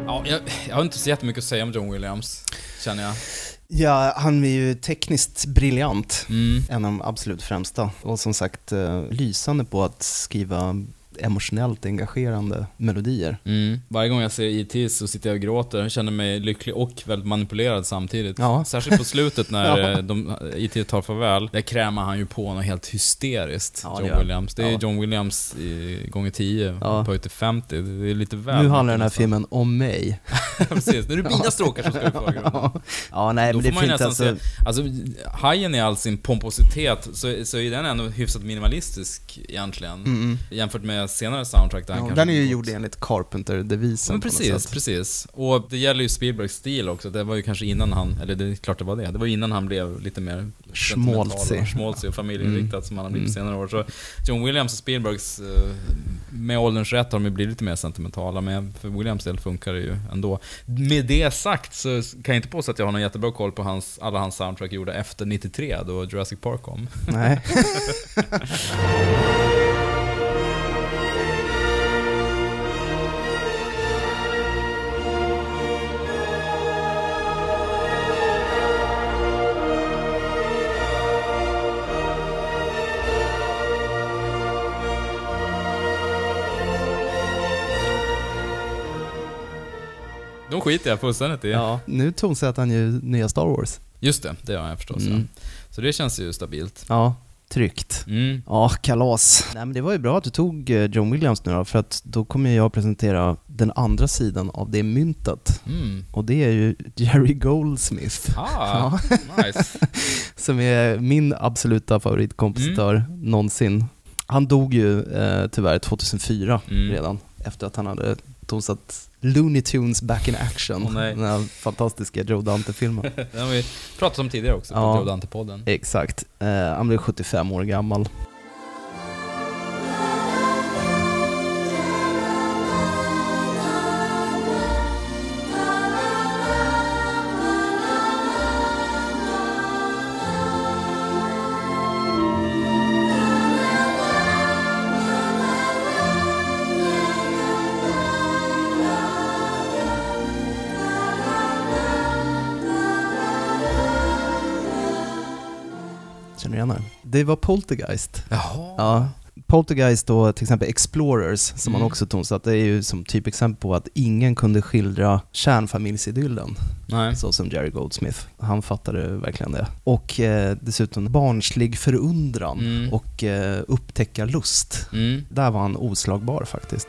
Speaker 1: Ja, jag, jag har inte så jättemycket att säga om John Williams, känner jag.
Speaker 2: Ja, han är ju tekniskt briljant.
Speaker 1: Mm.
Speaker 2: En av de absolut främsta. Och som sagt, eh, lysande på att skriva emotionellt engagerande melodier.
Speaker 1: Mm. Varje gång jag ser E.T. så sitter jag och gråter. Jag känner mig lycklig och väldigt manipulerad samtidigt.
Speaker 2: Ja.
Speaker 1: Särskilt på slutet
Speaker 2: (laughs)
Speaker 1: när
Speaker 2: Ja.
Speaker 1: eh, de, E.T. tar farväl. Där krämar han ju på något helt hysteriskt,
Speaker 2: Ja, det
Speaker 1: John
Speaker 2: gör han.
Speaker 1: Williams. Det är
Speaker 2: Ja.
Speaker 1: John Williams i, gånger 10,
Speaker 2: Ja.
Speaker 1: på till 50. Det är lite väl
Speaker 2: Nu
Speaker 1: mycket
Speaker 2: handlar den här
Speaker 1: nästan.
Speaker 2: filmen om mig.
Speaker 1: (laughs) Precis, nu är det mina stråkar som ska i förgrunden.
Speaker 2: (laughs) ja, nej,
Speaker 1: Då
Speaker 2: men det
Speaker 1: får
Speaker 2: är
Speaker 1: man ju
Speaker 2: fint
Speaker 1: nästan
Speaker 2: alltså.
Speaker 1: se, alltså Hajen i all sin pompositet så, så är den ändå hyfsat minimalistisk egentligen.
Speaker 2: Mm, mm.
Speaker 1: Jämfört med senare soundtrack där han
Speaker 2: Ja,
Speaker 1: kanske
Speaker 2: den är ju
Speaker 1: gått-
Speaker 2: gjord enligt Carpenter-devisen
Speaker 1: Men
Speaker 2: på något
Speaker 1: precis,
Speaker 2: sätt.
Speaker 1: precis. Och det gäller ju Spielbergs stil också. Det var ju kanske innan han, eller det är klart det var det, det var innan han blev lite mer sentimental och
Speaker 2: Schmaltzy. Mm.
Speaker 1: schmaltzig och familjeinriktad som han har blivit på senare år. Så John Williams och Spielbergs, eh, med ålderns rätt har de ju blivit lite mer sentimentala, men för Williams del funkar det ju ändå. Med det sagt så kan jag inte påstå att jag har någon jättebra koll på hans, alla hans soundtrack gjorda efter 93 då Jurassic Park kom. (laughs)
Speaker 2: Nej.
Speaker 1: De skiter jag fullständigt i.
Speaker 2: ja. Nu tonsätter han ju nya Star Wars.
Speaker 1: Just det, det gör jag förstås.
Speaker 2: Mm.
Speaker 1: Ja. Så det känns ju stabilt.
Speaker 2: Ja, tryggt.
Speaker 1: Mm.
Speaker 2: Ja, kalas. Nej men det var ju bra att du tog eh, John Williams nu då, för att då kommer jag presentera den andra sidan av det myntet.
Speaker 1: Mm.
Speaker 2: Och det är ju Jerry Goldsmith,
Speaker 1: Ah, (laughs) nice.
Speaker 2: som är min absoluta favoritkompositör
Speaker 1: Mm.
Speaker 2: någonsin. Han dog ju eh, tyvärr 2004
Speaker 1: Mm.
Speaker 2: redan, efter att han hade tonsatt Looney Tunes Back in Action,
Speaker 1: Åh, nej.
Speaker 2: den här fantastiska Joe
Speaker 1: (laughs)
Speaker 2: Dante-filmen.
Speaker 1: Den har vi pratat om tidigare också, på
Speaker 2: Ja.
Speaker 1: ja. Dante-podden.
Speaker 2: Exakt. Eh, han blev 75 år gammal. Känner du igen den? Det var Poltergeist.
Speaker 1: Jaha.
Speaker 2: Ja. Poltergeist då, till exempel Explorers, som
Speaker 1: Mm.
Speaker 2: man också tonsatte, är ju som typexempel på att ingen kunde skildra kärnfamiljsidyllen
Speaker 1: Nej.
Speaker 2: så som Jerry Goldsmith. Han fattade verkligen det. Och eh, dessutom barnslig förundran
Speaker 1: Mm.
Speaker 2: och eh, upptäckarlust.
Speaker 1: Mm.
Speaker 2: Där var han oslagbar faktiskt.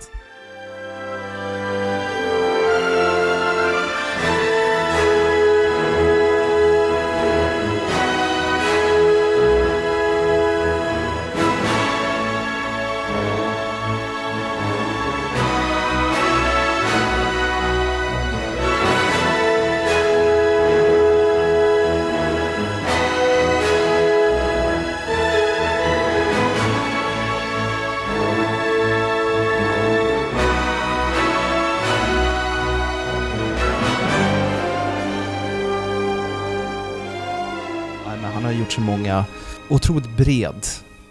Speaker 2: Nej, men han har gjort så många, otroligt bred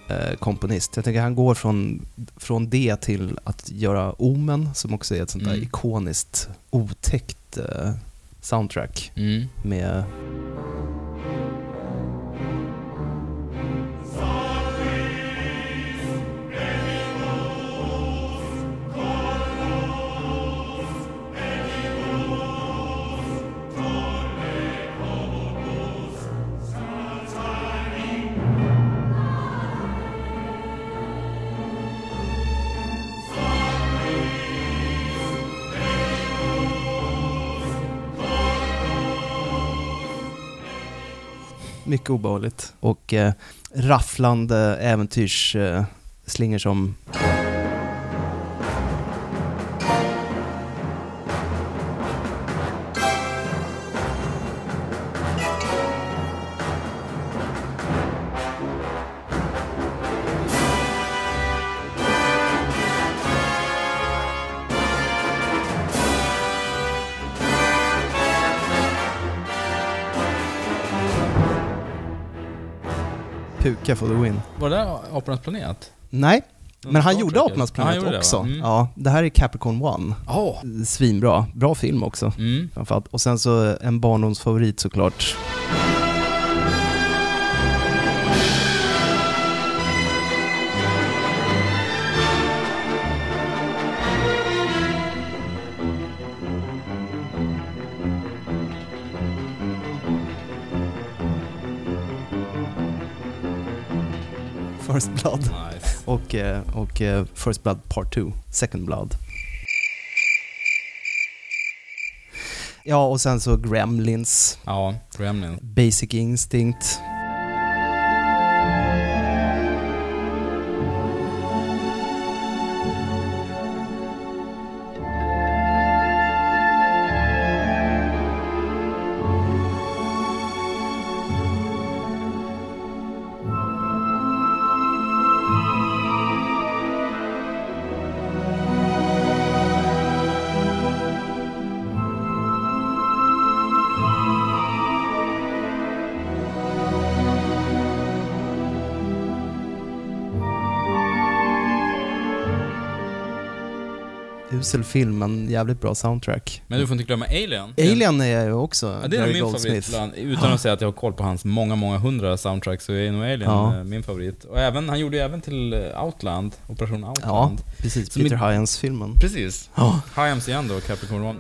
Speaker 2: eh, komponist. Jag tänker han går från, från det till att göra Omen, som också är ett sånt där
Speaker 1: Mm.
Speaker 2: ikoniskt, otäckt eh, soundtrack
Speaker 1: Mm.
Speaker 2: med mycket obehagligt. Och eh, rafflande äventyrsslingor eh, slingor som... Puka for the win.
Speaker 1: Var det där Apornas planet?
Speaker 2: Nej, men
Speaker 1: Mm.
Speaker 2: han
Speaker 1: Star
Speaker 2: gjorde
Speaker 1: Trek,
Speaker 2: Apornas
Speaker 1: eller? Ja, han
Speaker 2: planet
Speaker 1: gjorde det, va?
Speaker 2: också.
Speaker 1: Mm.
Speaker 2: Ja, det här är Capricorn One.
Speaker 1: Ja.
Speaker 2: Svinbra. Bra film också.
Speaker 1: Mm.
Speaker 2: Framförallt. Och sen så en barndomsfavorit såklart. First Blood
Speaker 1: Nice.
Speaker 2: och, eh, och eh, First Blood Part 2, Second Blood. Ja, och sen så Gremlins,
Speaker 1: Ja, Gremlins.
Speaker 2: Basic Instinct. Usel film, men jävligt bra soundtrack.
Speaker 1: Men du får inte glömma Alien.
Speaker 2: Alien är jag ju också.
Speaker 1: Ja, det är nog
Speaker 2: Gary
Speaker 1: min favorit.
Speaker 2: Goldsmith.
Speaker 1: Bland, utan att säga att jag har koll på hans många, många hundra soundtracks så är nog Alien
Speaker 2: Ja.
Speaker 1: eh, min favorit. Och även, han gjorde ju även till eh, Outland, Operation
Speaker 2: Ja,
Speaker 1: Outland.
Speaker 2: precis.
Speaker 1: Som
Speaker 2: Peter
Speaker 1: i-
Speaker 2: Hyans-filmen.
Speaker 1: Precis.
Speaker 2: Ja.
Speaker 1: Hyams igen då, Capricorn One.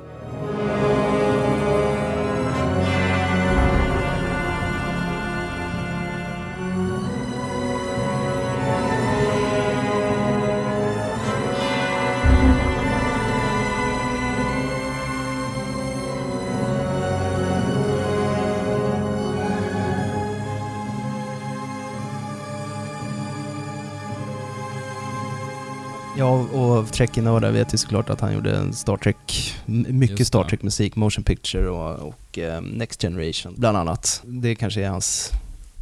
Speaker 2: Ja, och trekkinnördar vet ju såklart att han gjorde en Star Trek, m- mycket
Speaker 1: Just det.
Speaker 2: Star Trek-musik, Motion Picture och, och eh, Next Generation bland annat. Det kanske är hans,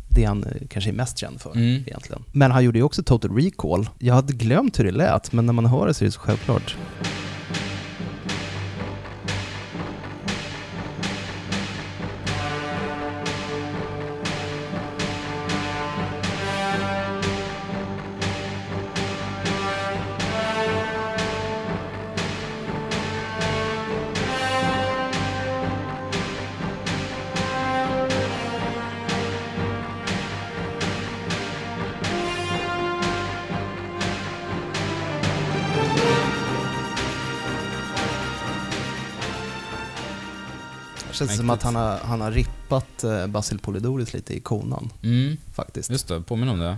Speaker 2: det han eh, kanske är mest känd för
Speaker 1: Mm.
Speaker 2: egentligen. Men han gjorde ju också Total Recall. Jag hade glömt hur det lät, men när man hör det så är det så självklart. Det känns som
Speaker 1: Mäktigt.
Speaker 2: att han har, han har rippat eh, Basil Polidoris lite i konan
Speaker 1: Mm,
Speaker 2: faktiskt.
Speaker 1: just det. Påminn om det.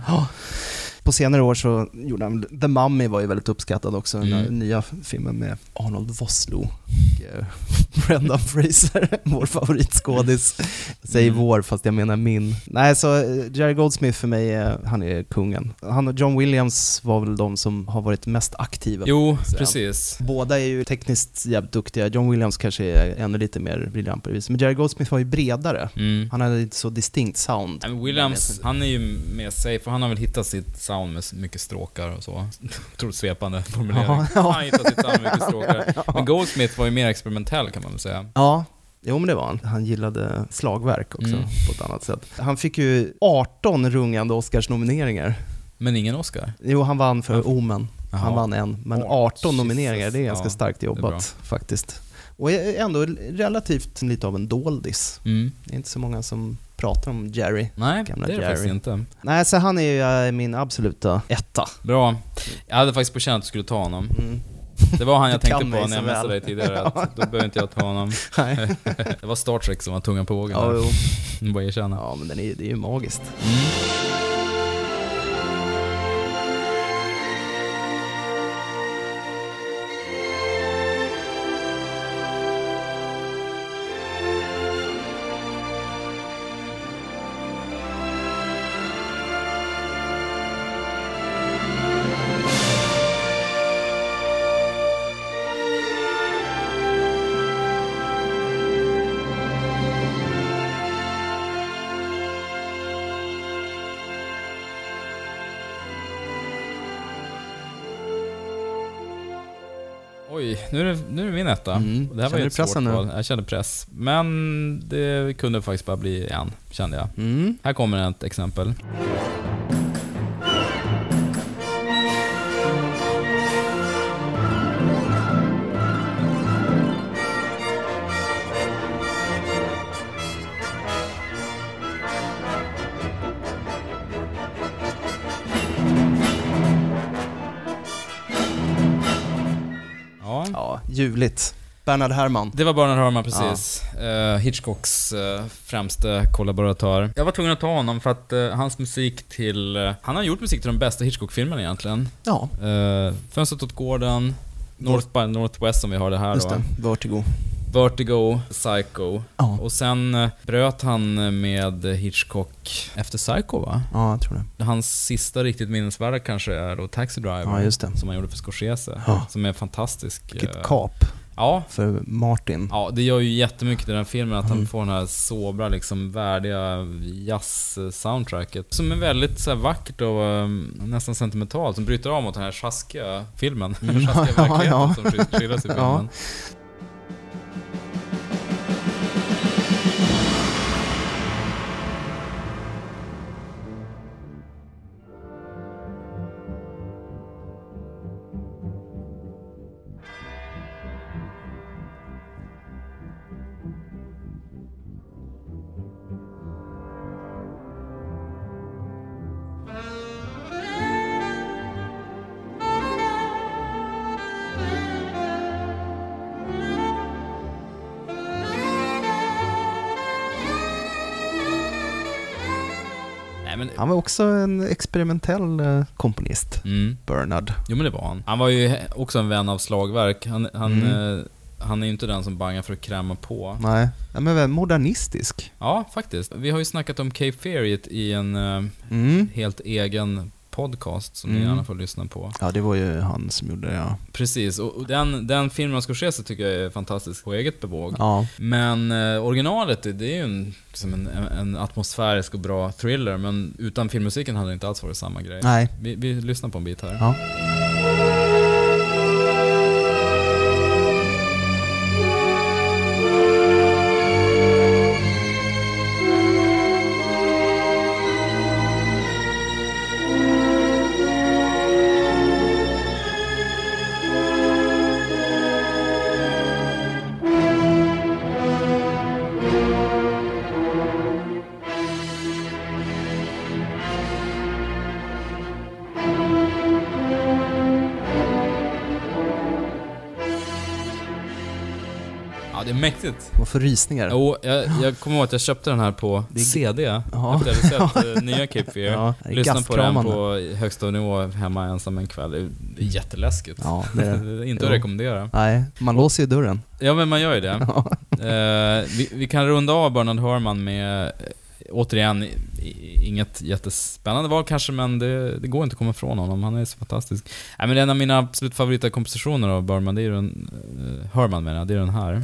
Speaker 2: På senare år så gjorde han, The Mummy var ju väldigt uppskattad också, den här
Speaker 1: Mm.
Speaker 2: nya filmen med Arnold Vosloo och eh, (laughs) Brendan Fraser, (laughs) vår favoritskådis. Jag Säger
Speaker 1: Mm.
Speaker 2: vår fast jag menar min. Nej så eh, Jerry Goldsmith för mig, eh, han är kungen. Han och John Williams var väl de som har varit mest aktiva.
Speaker 1: Jo,
Speaker 2: Sen.
Speaker 1: precis.
Speaker 2: Båda är ju tekniskt jävligt duktiga, John Williams kanske är ännu lite mer briljant på det viset. Men Jerry Goldsmith var ju bredare.
Speaker 1: Mm.
Speaker 2: Han hade inte så distinkt sound.
Speaker 1: Nej, men
Speaker 2: Jag vet
Speaker 1: Williams,
Speaker 2: inte.
Speaker 1: han är ju med sig för han har väl hittat sitt sound med s- mycket stråkar och så. (laughs) Otroligt svepande formulering.
Speaker 2: Ja, ja.
Speaker 1: Han har hittat sitt sound med mycket
Speaker 2: (laughs)
Speaker 1: stråkar. Men Goldsmith var ju mer experimentell kan man väl säga.
Speaker 2: Ja, jo men det var han. Han gillade slagverk också
Speaker 1: Mm.
Speaker 2: på ett annat sätt. Han fick ju 18 rungande Oscars-nomineringar.
Speaker 1: Men ingen Oscar.
Speaker 2: Jo, han vann för
Speaker 1: Ja.
Speaker 2: Omen. Han
Speaker 1: Jaha.
Speaker 2: vann en, men
Speaker 1: Åh,
Speaker 2: 18
Speaker 1: Jesus.
Speaker 2: nomineringar, det är ganska
Speaker 1: Ja,
Speaker 2: starkt
Speaker 1: det är
Speaker 2: jobbat faktiskt. Och är ändå relativt lite av en doldis.
Speaker 1: Mm.
Speaker 2: Det är inte så många som pratar om Jerry.
Speaker 1: Nej,
Speaker 2: Gamla
Speaker 1: det är det
Speaker 2: Jerry.
Speaker 1: faktiskt inte.
Speaker 2: Nej, så han är ju eh, min absoluta etta.
Speaker 1: Bra. Jag hade faktiskt på känn att du skulle ta honom.
Speaker 2: Mm.
Speaker 1: Det var han jag
Speaker 2: Du kan
Speaker 1: tänkte på
Speaker 2: mig
Speaker 1: när jag
Speaker 2: så väl.
Speaker 1: messade dig tidigare, att då behöver inte jag ta honom.
Speaker 2: (laughs) Nej.
Speaker 1: Det var Star Trek som var tungan på vågen.
Speaker 2: ja,
Speaker 1: där.
Speaker 2: jo.
Speaker 1: Mm, Bara erkänna.
Speaker 2: ja, men den är, det är ju magiskt.
Speaker 1: Mm. Oj, nu är det, nu är det min etta.
Speaker 2: Mm.
Speaker 1: Det här var
Speaker 2: Känner
Speaker 1: ju
Speaker 2: du
Speaker 1: ett svårt
Speaker 2: pressen nu?
Speaker 1: val. Jag kände press. Men det kunde faktiskt bara bli en, kände jag.
Speaker 2: Mm.
Speaker 1: Här kommer ett exempel. Ja.
Speaker 2: Ja, ljuvligt. Bernard Herrmann.
Speaker 1: Det var Bernard Herrmann precis. Eh, Hitchcocks eh, främste kollaboratör. Jag var tvungen att ta honom för att eh, hans musik till... eh, han har gjort musik till de bästa Hitchcock-filmerna egentligen.
Speaker 2: Ja,
Speaker 1: Uh, Fönstret åt gården, North by Northwest som vi har det här
Speaker 2: just
Speaker 1: då.
Speaker 2: det. Vertigo.
Speaker 1: Vertigo, Psycho.
Speaker 2: Ja.
Speaker 1: Och sen eh, bröt han med Hitchcock efter Psycho va?
Speaker 2: ja, jag tror det.
Speaker 1: Hans sista riktigt minnesvärda kanske är då Taxi Driver.
Speaker 2: Ja, just det.
Speaker 1: Som han gjorde för Scorsese.
Speaker 2: Ja.
Speaker 1: Som är fantastisk. eh,
Speaker 2: Vilket kap
Speaker 1: Ja,
Speaker 2: för Martin.
Speaker 1: Ja, det gör ju jättemycket i den här filmen att han
Speaker 2: Mm.
Speaker 1: får den här sobra, liksom värdiga jazz-soundtracket. Som är väldigt så här, vackert och eh, nästan sentimentalt, som bryter av mot den här sjaskiga filmen. (laughs)
Speaker 2: Mm.
Speaker 1: sjaskiga verkligheten
Speaker 2: Ja, ja.
Speaker 1: som skil- skildras i
Speaker 2: Ja.
Speaker 1: filmen. Nej, men,
Speaker 2: Han var också en experimentell eh, komponist,
Speaker 1: mm.
Speaker 2: Bernard.
Speaker 1: Jo men det var han. Han var ju he- också en vän av slagverk. Han, han,
Speaker 2: Mm.
Speaker 1: eh, han är ju inte den som bangar för att kräma på.
Speaker 2: Nej, ja, men väl modernistisk.
Speaker 1: Ja, faktiskt. Vi har ju snackat om Cape Fear i ett- i en eh,
Speaker 2: Mm.
Speaker 1: helt egen podcast som ni
Speaker 2: Mm.
Speaker 1: gärna får lyssna på.
Speaker 2: Ja, det var ju han som gjorde det, ja.
Speaker 1: Precis, och och den, den filmen av Scorsese tycker jag är fantastisk på eget bevåg.
Speaker 2: Ja,
Speaker 1: Men eh, originalet, det, det är ju en, liksom en, en atmosfärisk och bra thriller, men utan filmmusiken hade det inte alls varit samma grej.
Speaker 2: nej.
Speaker 1: Vi, vi lyssnar på en bit här.
Speaker 2: Ja.
Speaker 1: Ja, det är mäktigt.
Speaker 2: Vad för rysningar.
Speaker 1: Jo, jag, jag kommer ihåg att jag köpte den här på
Speaker 2: Det är-
Speaker 1: CD,
Speaker 2: (laughs) Ja.
Speaker 1: efter att jag hade sett eh, nya Cape Fear.
Speaker 2: Ja, det är
Speaker 1: Lyssna på den
Speaker 2: gastkramande.
Speaker 1: på högsta nivå hemma ensam en kväll. Det är- Det är jätteläskigt.
Speaker 2: Ja, det är det.
Speaker 1: (laughs) Det är inte att
Speaker 2: Jo.
Speaker 1: rekommendera.
Speaker 2: Nej,
Speaker 1: (laughs)
Speaker 2: man låser ju dörren.
Speaker 1: Ja, men man gör ju det.
Speaker 2: Ja.
Speaker 1: Eh, vi, vi kan runda av Bernard Hörman med, eh, återigen, i- i- inget jättespännande val kanske, men det, det går inte att komma ifrån honom. Han är så fantastisk. Nej, men en av mina absolut favorita kompositioner av Berman, det är ju den, eh, Hörman menar jag, det är den här.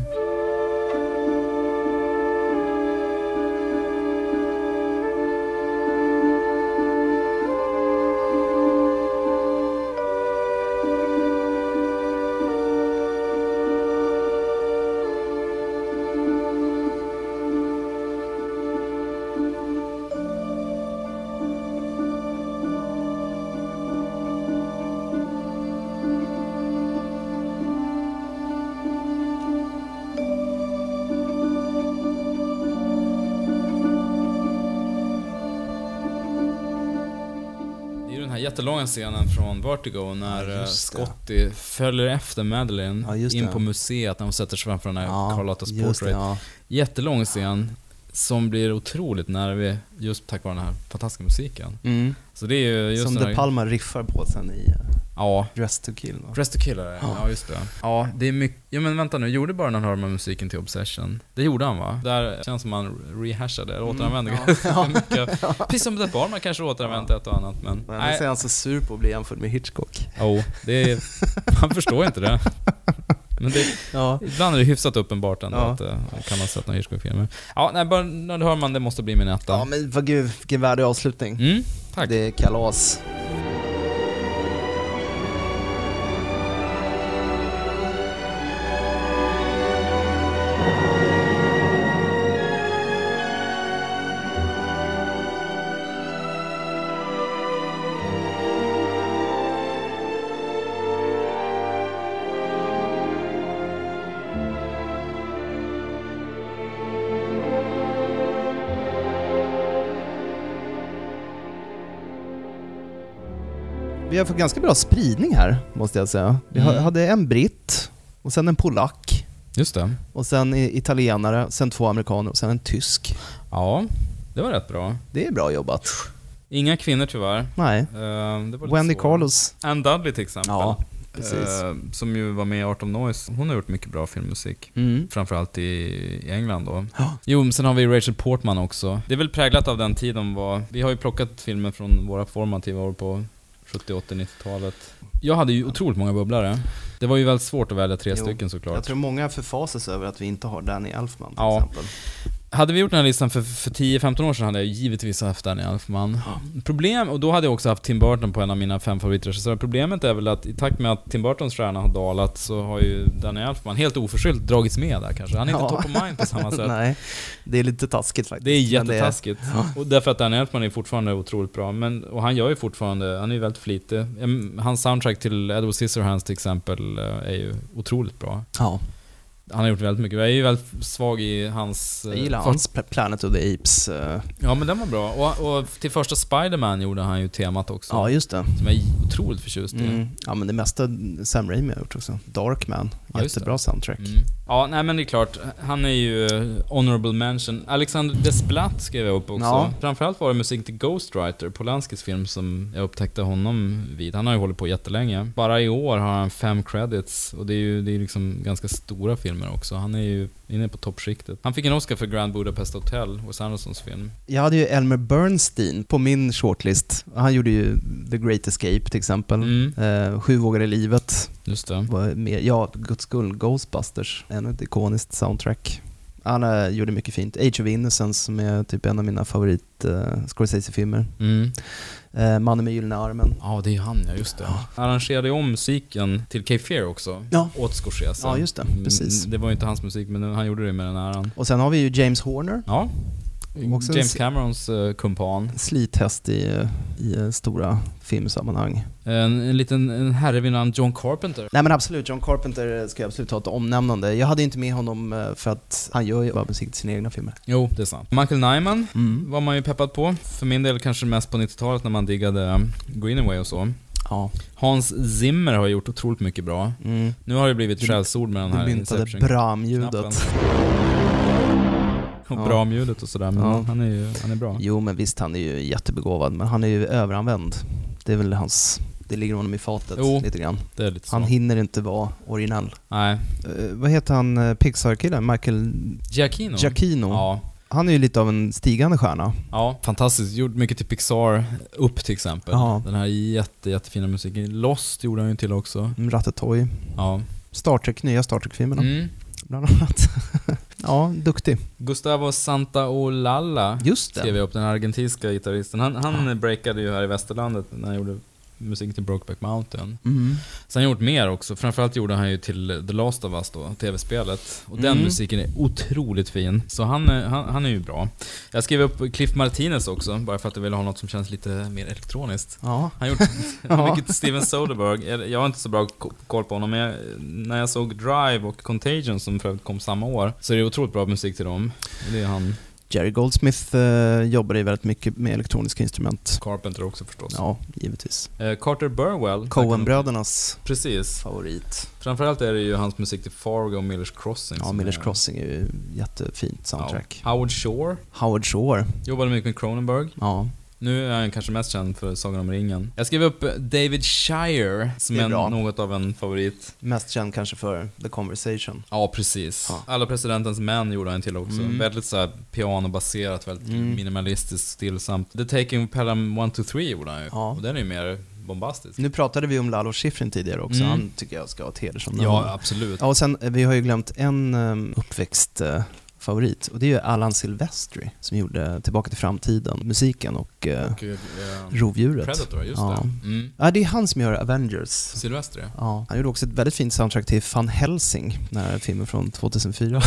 Speaker 1: Det är ju den här jättelånga scenen från Vertigo när
Speaker 2: Ja,
Speaker 1: eh,
Speaker 2: just det.
Speaker 1: Scotty följer efter Madeleine
Speaker 2: Ja, just
Speaker 1: in
Speaker 2: det.
Speaker 1: på museet när hon sätter sig framför den här Carlottas
Speaker 2: just
Speaker 1: portrait.
Speaker 2: det, ja.
Speaker 1: Jättelång scen som blir otroligt nervig just tack vare den här fantastiska musiken.
Speaker 2: Mm.
Speaker 1: Så det är ju just
Speaker 2: Som
Speaker 1: den
Speaker 2: De
Speaker 1: här-
Speaker 2: Palma riffar på sen i eh,
Speaker 1: Ja,
Speaker 2: Dress to kill. va?
Speaker 1: Dress to kill är det.
Speaker 2: Ja.
Speaker 1: Ja, just det. Ja, det är mycket... Ja, men vänta nu. Gjorde bara någon med musiken till Obsession? Det gjorde han va? Där känns som han rehashade, eller återanvände
Speaker 2: Mm,
Speaker 1: ganska mycket.
Speaker 2: (laughs)
Speaker 1: Precis som ett barn, man kanske återanvänt ett och annat men...
Speaker 2: Men nu
Speaker 1: Nej,
Speaker 2: ser han så sur på att bli jämförd med Hitchcock.
Speaker 1: jo, det är... Man förstår inte det. Men det,
Speaker 2: Ja.
Speaker 1: ibland är det hyfsat uppenbart ändå
Speaker 2: Ja.
Speaker 1: att eh, man kan ha sett några Hitchcock-filmer. Ja, nej, Bernard Hörman, det måste bli min
Speaker 2: Ja
Speaker 1: etta.
Speaker 2: men vad gud, vilken värdig avslutning.
Speaker 1: Mm, tack.
Speaker 2: Det är kalas. vi har fått ganska bra spridning här, måste jag säga. Vi ha-
Speaker 1: Mm.
Speaker 2: hade en britt, och sen en polack,
Speaker 1: Just det.
Speaker 2: och sen i- italienare, sen två amerikaner och sen en tysk.
Speaker 1: Ja, det var rätt bra.
Speaker 2: Det är bra jobbat.
Speaker 1: Inga kvinnor tyvärr.
Speaker 2: Nej.
Speaker 1: Ehm, det var lite
Speaker 2: Wendy
Speaker 1: svårare.
Speaker 2: Carlos.
Speaker 1: Anne Dudley till exempel.
Speaker 2: Ja, precis.
Speaker 1: Ehm, som ju var med i Art of Noise. Hon har gjort mycket bra filmmusik.
Speaker 2: Mm.
Speaker 1: Framförallt i i England då.
Speaker 2: Ja.
Speaker 1: Jo, men sen har vi Rachel Portman också. Det är väl präglat av den tiden var. Vi har ju plockat filmer från våra formativa år på 70, 80, 90-talet. Jag hade ju otroligt många bubblare. Det var ju väldigt svårt att välja tre
Speaker 2: Jo,
Speaker 1: stycken såklart.
Speaker 2: Jag tror många förfasas över att vi inte har Danny Elfman till
Speaker 1: Ja.
Speaker 2: exempel.
Speaker 1: Hade vi gjort den här listan för, för 10-15 år sedan hade jag ju givetvis haft Danny Elfman. Problem, och då hade jag också haft Tim Burton på en av mina fem favoritregissörer. Problemet är väl att i takt med att Tim Burtons stjärna har dalat så har ju Danny Elfman helt oförskyllt dragits med där kanske. Han är
Speaker 2: Ja.
Speaker 1: inte top of mind på samma sätt.
Speaker 2: (laughs) Nej, det är lite taskigt faktiskt.
Speaker 1: Det är
Speaker 2: men
Speaker 1: jättetaskigt. Och därför att Danny Elfman är fortfarande otroligt bra. Men, och han gör ju fortfarande, han är ju väldigt flitig. Em, Hans soundtrack till Edward Scissorhands till exempel eh, är ju otroligt bra.
Speaker 2: Ja.
Speaker 1: Han har gjort väldigt mycket. Jag är ju väldigt svag i hans... eh,
Speaker 2: Jag gillar
Speaker 1: första-
Speaker 2: hans Pla- Planet of the Apes. eh,
Speaker 1: Ja men den var bra. Och, och till första Spider-Man gjorde han ju temat också.
Speaker 2: Ja, just det.
Speaker 1: Som jag är otroligt förtjust i.
Speaker 2: Mm. Ja, men det mesta Sam Raimi har gjort också. Darkman,
Speaker 1: Ja, just
Speaker 2: jättebra soundtrack.
Speaker 1: Mm. Ja, nej men det är klart. Han är ju eh, honorable mention. Alexander Desplat skrev jag upp också.
Speaker 2: Ja.
Speaker 1: Framförallt var det musik till Ghostwriter, Polanskis film, som jag upptäckte honom vid. Han har ju hållit på jättelänge. Bara i år har han fem credits och det är ju det är liksom ganska stora filmer också. Han är ju inne på toppskiktet. Han fick en Oscar för Grand Budapest Hotel, Wes Andersons film.
Speaker 2: Jag hade ju Elmer Bernstein på min shortlist. Han gjorde ju The Great Escape till exempel.
Speaker 1: Mm,
Speaker 2: Eh, Sju vågor i livet.
Speaker 1: just det.
Speaker 2: Var med, ja, Guds skull, Ghostbusters. Ännu ett ikoniskt soundtrack. Han eh, gjorde mycket fint. Age of Innocence som är typ en av mina favorit eh, Scorsese-filmer.
Speaker 1: Mm.
Speaker 2: Eh, Mannen med gyllene armen.
Speaker 1: Ja, det är han ja, just det. Arrangerade ju om musiken till Cape Fear också.
Speaker 2: Ja.
Speaker 1: Åt Scorsese.
Speaker 2: Ja, just det.
Speaker 1: Mm,
Speaker 2: Precis.
Speaker 1: Det var ju inte hans musik, men han gjorde det med den äran.
Speaker 2: Och sen har vi ju James Horner.
Speaker 1: Ja.
Speaker 2: Också en
Speaker 1: James
Speaker 2: s-
Speaker 1: Camerons eh, kumpan.
Speaker 2: Slithäst i, eh, i eh, stora filmsammanhang.
Speaker 1: En, en liten en herre vid namn John Carpenter.
Speaker 2: Nej men absolut, John Carpenter ska jag absolut ha ett omnämnande. Jag hade inte med honom eh, för att han gör ju bara musik till sina egna filmer.
Speaker 1: Jo, det är sant. Michael Nyman
Speaker 2: Mm.
Speaker 1: var man ju peppad på. För min del kanske mest på 90-talet när man diggade eh, Greenaway och så.
Speaker 2: Ja.
Speaker 1: Hans Zimmer har gjort otroligt mycket bra.
Speaker 2: Mm.
Speaker 1: Nu har det blivit
Speaker 2: Det-
Speaker 1: skällsord med den
Speaker 2: Det
Speaker 1: här
Speaker 2: myntade
Speaker 1: Inception-knappen.
Speaker 2: bram-ljudet.
Speaker 1: Och
Speaker 2: Ja.
Speaker 1: bram-ljudet och sådär, men
Speaker 2: Ja.
Speaker 1: han är ju han är bra.
Speaker 2: Jo men visst, han är ju jättebegåvad, men han är ju överanvänd. Det är väl hans... Det ligger honom i fatet
Speaker 1: Jo.
Speaker 2: lite grann.
Speaker 1: Det är lite så.
Speaker 2: Han hinner inte vara originell.
Speaker 1: Nej.
Speaker 2: Eh, vad heter han, eh, Pixar-killen? Michael
Speaker 1: Giacchino?
Speaker 2: Giacchino.
Speaker 1: Ja.
Speaker 2: Han är ju lite av en stigande stjärna.
Speaker 1: Ja, fantastiskt. Gjort mycket till Pixar. Upp till exempel.
Speaker 2: Ja.
Speaker 1: Den här jätte, jättefina musiken. Lost gjorde han ju till också.
Speaker 2: Mm, Ratatouille.
Speaker 1: Ja.
Speaker 2: Star Trek, nya Star Trek-filmerna
Speaker 1: Mm.
Speaker 2: bland annat. (laughs) ja, duktig.
Speaker 1: Gustavo Santaolalla
Speaker 2: Just
Speaker 1: skrev
Speaker 2: det. Ah.
Speaker 1: jag upp, den här argentinska gitarristen. Han, han breakade ju här i västerlandet när han gjorde musik till Brokeback Mountain.
Speaker 2: Mm.
Speaker 1: Sen har han gjort mer också. Framförallt gjorde han ju till The Last of Us då, tv-spelet. Och den
Speaker 2: Mm.
Speaker 1: musiken är otroligt fin. Så han, är- han, han är ju bra. Jag skrev upp Cliff Martinez också, bara för att jag ville ha något som känns lite mer elektroniskt.
Speaker 2: Ja.
Speaker 1: Han har
Speaker 2: (laughs) Ja.
Speaker 1: gjort (laughs) mycket Steven Soderbergh. Jag- Jag har inte så bra ko- koll på honom, men jag, när jag såg Drive och Contagion som för övrigt kom samma år, så är det otroligt bra musik till dem. Det är han
Speaker 2: Jerry Goldsmith eh, jobbar ju väldigt mycket med elektroniska instrument.
Speaker 1: Carpenter också förstås.
Speaker 2: Ja, givetvis.
Speaker 1: Eh, Carter Burwell.
Speaker 2: Coen-brödernas
Speaker 1: Precis.
Speaker 2: favorit.
Speaker 1: Framförallt är det ju hans musik till Fargo och Millers Crossing.
Speaker 2: Ja,
Speaker 1: som
Speaker 2: Millers
Speaker 1: är-
Speaker 2: Crossing är ju jättefint soundtrack.
Speaker 1: Ja. Howard Shore.
Speaker 2: Howard Shore,
Speaker 1: Jobbade mycket med Cronenberg.
Speaker 2: ja.
Speaker 1: Nu är han kanske mest känd för Sagan om ringen. Jag skrev upp eh, David Shire, som
Speaker 2: Det är
Speaker 1: är
Speaker 2: bra.
Speaker 1: något av en favorit.
Speaker 2: Mest känd kanske för The Conversation.
Speaker 1: Ja, precis.
Speaker 2: Ja.
Speaker 1: Alla presidentens män gjorde han till också.
Speaker 2: Mm.
Speaker 1: Väldigt så här pianobaserat, väldigt
Speaker 2: Mm.
Speaker 1: minimalistiskt, stillsamt. The Taking of Pelham 1, 2, 3 gjorde han ju.
Speaker 2: Ja.
Speaker 1: Och den är ju mer bombastisk.
Speaker 2: Nu pratade vi om Lalo Schifrin tidigare också,
Speaker 1: Mm.
Speaker 2: han tycker jag ska ha ett hedersomnämnande.
Speaker 1: Ja, absolut.
Speaker 2: ja, och sen, eh, vi har ju glömt en um, uppväxt eh, favorit och det är ju Alan Silvestri som gjorde Tillbaka till framtiden, musiken och eh,
Speaker 1: Och, eh,
Speaker 2: Rovdjuret.
Speaker 1: Predator, just
Speaker 2: Ja.
Speaker 1: det. Mm.
Speaker 2: Ja, det är han som gör Avengers.
Speaker 1: Silvestri.
Speaker 2: Ja, han gjorde också ett väldigt fint soundtrack till Van Helsing, den här filmen från 2004.
Speaker 1: Den,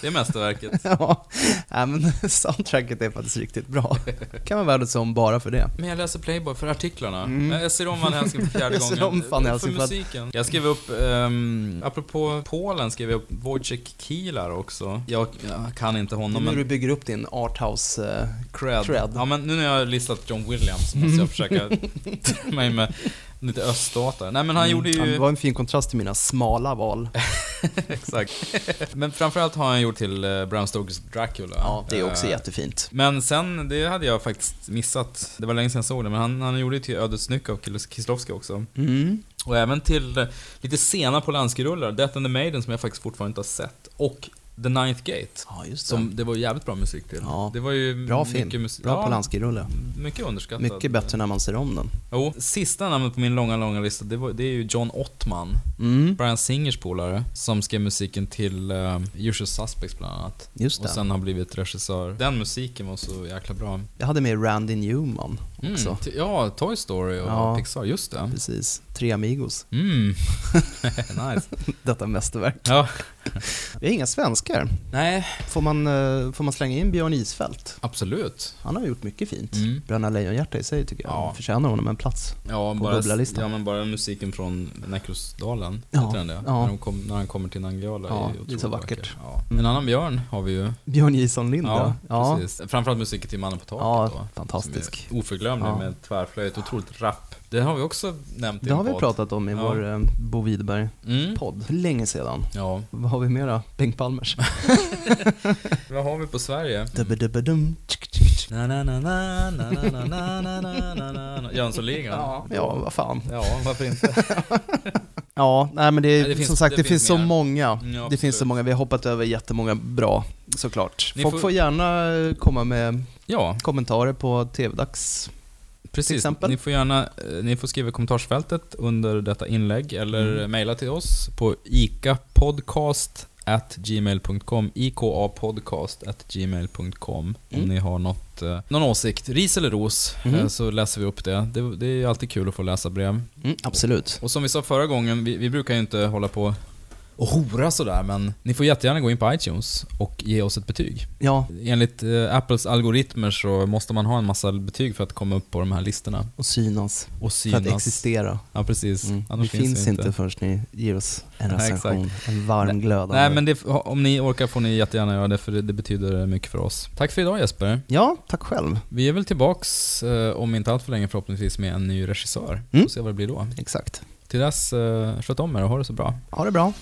Speaker 1: det är mästerverket.
Speaker 2: (laughs) ja, nej, men (laughs) soundtracket är faktiskt riktigt (laughs) bra. kan man värda som bara för det.
Speaker 1: Men jag läser Playboy för artiklarna.
Speaker 2: Mm.
Speaker 1: Jag ser om Van Helsing för fjärde
Speaker 2: (laughs) Jag ser
Speaker 1: gången.
Speaker 2: om Van Helsing
Speaker 1: för
Speaker 2: för att-
Speaker 1: ehm, musiken. Jag skrev upp, um, apropå Polen, skrev jag upp Wojciech Kilar också. Jag jag, jag kan inte
Speaker 2: Det är
Speaker 1: honom
Speaker 2: nu du
Speaker 1: men...
Speaker 2: bygger upp din arthouse... eh,
Speaker 1: Cred.
Speaker 2: cred.
Speaker 1: Ja men nu när jag har listat John Williams måste jag försöka ta mig med lite öststater. Nej men han
Speaker 2: Mm.
Speaker 1: gjorde
Speaker 2: Ja,
Speaker 1: ju...
Speaker 2: Det var en fin kontrast till mina smala val.
Speaker 1: (laughs) Exakt. Men framförallt har han gjort till eh, Bram Stokers Dracula.
Speaker 2: Ja, det är också
Speaker 1: Eh,
Speaker 2: jättefint.
Speaker 1: Men sen, det hade jag faktiskt missat. Det var länge sedan jag såg det, men han, han gjorde ju till Ödets Nyck av Kis- Kieslowski också.
Speaker 2: Mm.
Speaker 1: Och även till eh, lite sena Polanski-rullar, Death and the Maiden som jag faktiskt fortfarande inte har sett. Och The Ninth Gate,
Speaker 2: Ja, just det.
Speaker 1: som det var jävligt bra musik till.
Speaker 2: Ja.
Speaker 1: Det var ju
Speaker 2: Bra
Speaker 1: mycket
Speaker 2: film.
Speaker 1: musik-
Speaker 2: Bra
Speaker 1: ja,
Speaker 2: Polanski-rulle.
Speaker 1: Mycket underskattat.
Speaker 2: Mycket bättre när man ser om den.
Speaker 1: Jo, sista namnet på min långa, långa lista, det, var, det är ju John Ottman.
Speaker 2: Mm.
Speaker 1: Brian Singers polare, som skrev musiken till eh, Usual Suspects bland annat.
Speaker 2: Just
Speaker 1: Och
Speaker 2: det.
Speaker 1: sen har blivit regissör. Den musiken var så jäkla bra.
Speaker 2: Jag hade med Randy Newman också.
Speaker 1: Mm, t- ja, Toy Story och
Speaker 2: Ja.
Speaker 1: Pixar, just det.
Speaker 2: Precis. Tre Amigos. (laughs)
Speaker 1: Mm. (laughs) nice.
Speaker 2: Detta mästerverk.
Speaker 1: Ja.
Speaker 2: Vi har inga svenskar.
Speaker 1: Nej,
Speaker 2: Får man, eh, får man slänga in Björn Isfält?
Speaker 1: absolut.
Speaker 2: Han har gjort mycket fint.
Speaker 1: Mm.
Speaker 2: Bröderna Lejonhjärta i sig tycker jag
Speaker 1: Ja.
Speaker 2: förtjänar honom en plats.
Speaker 1: Ja,
Speaker 2: På
Speaker 1: bara,
Speaker 2: bubblalista.
Speaker 1: ja, men bara musiken från Näckrosdalen,
Speaker 2: Ja,
Speaker 1: heter den det?
Speaker 2: ja.
Speaker 1: När, de kom, när han kommer till Nangijala
Speaker 2: Ja, det är
Speaker 1: otroligt
Speaker 2: så vackert.
Speaker 1: Ja.
Speaker 2: Mm.
Speaker 1: En annan björn har vi ju.
Speaker 2: Björn Jison
Speaker 1: Ja,
Speaker 2: Linda.
Speaker 1: precis. Framförallt musiken till Mannen på taket
Speaker 2: Ja,
Speaker 1: då.
Speaker 2: fantastisk.
Speaker 1: Som är Oförglömlig
Speaker 2: Ja.
Speaker 1: med tvärflöjt, otroligt rapp. Det har vi också nämnt i
Speaker 2: Det
Speaker 1: en
Speaker 2: har vi
Speaker 1: podd.
Speaker 2: pratat om i
Speaker 1: Ja.
Speaker 2: vår eh, Bo Widerberg-podd
Speaker 1: Mm.
Speaker 2: för länge sedan.
Speaker 1: Ja.
Speaker 2: Vad har vi mera?
Speaker 1: (laughs)
Speaker 2: Bengt Palmers?
Speaker 1: Vad har vi på Sverige?
Speaker 2: Dubbedubbedumm, tsk, tsk, tsk.
Speaker 1: na na na na na na na na na na na na Jönssonligan?
Speaker 2: Ja, vad fan.
Speaker 1: Ja, varför inte?
Speaker 2: Ja, nej men det, är
Speaker 1: Nej, det finns-
Speaker 2: som sagt, det,
Speaker 1: det
Speaker 2: finns,
Speaker 1: finns
Speaker 2: så
Speaker 1: mer.
Speaker 2: många.
Speaker 1: Ja,
Speaker 2: det
Speaker 1: absolut.
Speaker 2: finns så många, vi har hoppat över jättemånga bra såklart.
Speaker 1: Ni
Speaker 2: Folk
Speaker 1: får-
Speaker 2: får... gärna eh, komma med
Speaker 1: Ja,
Speaker 2: kommentarer på TV-dags. Till
Speaker 1: precis.
Speaker 2: exempel?
Speaker 1: Ni får gärna, eh, ni får skriva i kommentarsfältet under detta inlägg eller
Speaker 2: Mm.
Speaker 1: mejla till oss på ikapodcast at gmail.com ikapodcast at gmail.com
Speaker 2: Mm.
Speaker 1: om ni har något, eh, någon åsikt, ris eller ros,
Speaker 2: Mhm.
Speaker 1: eh, så läser vi upp det. det. Det är ju alltid kul att få läsa brev.
Speaker 2: Mm, absolut.
Speaker 1: Och som vi sa förra gången, vi, vi brukar ju inte hålla på och hora sådär, men ni får jättegärna gå in på iTunes och ge oss ett betyg.
Speaker 2: Ja,
Speaker 1: Enligt eh, Apples algoritmer så måste man ha en massa betyg för att komma upp på de här listorna.
Speaker 2: och synas.
Speaker 1: Och
Speaker 2: För att
Speaker 1: synas.
Speaker 2: existera.
Speaker 1: Ja, precis.
Speaker 2: Mm. Det
Speaker 1: Annars
Speaker 2: finns, inte. förrän ni ger oss en
Speaker 1: Nej,
Speaker 2: recension. en varm glödande.
Speaker 1: Nej, men det, om ni orkar får ni jättegärna göra det, för det, det betyder mycket för oss. Tack för idag Jesper.
Speaker 2: Ja, tack själv.
Speaker 1: Vi är väl tillbaks, eh, om inte allt för länge förhoppningsvis, med en ny regissör. Vi
Speaker 2: Mm.
Speaker 1: får se vad det blir då.
Speaker 2: Exakt.
Speaker 1: Till dess, eh, sköt om er och ha det så bra.
Speaker 2: Ha det bra.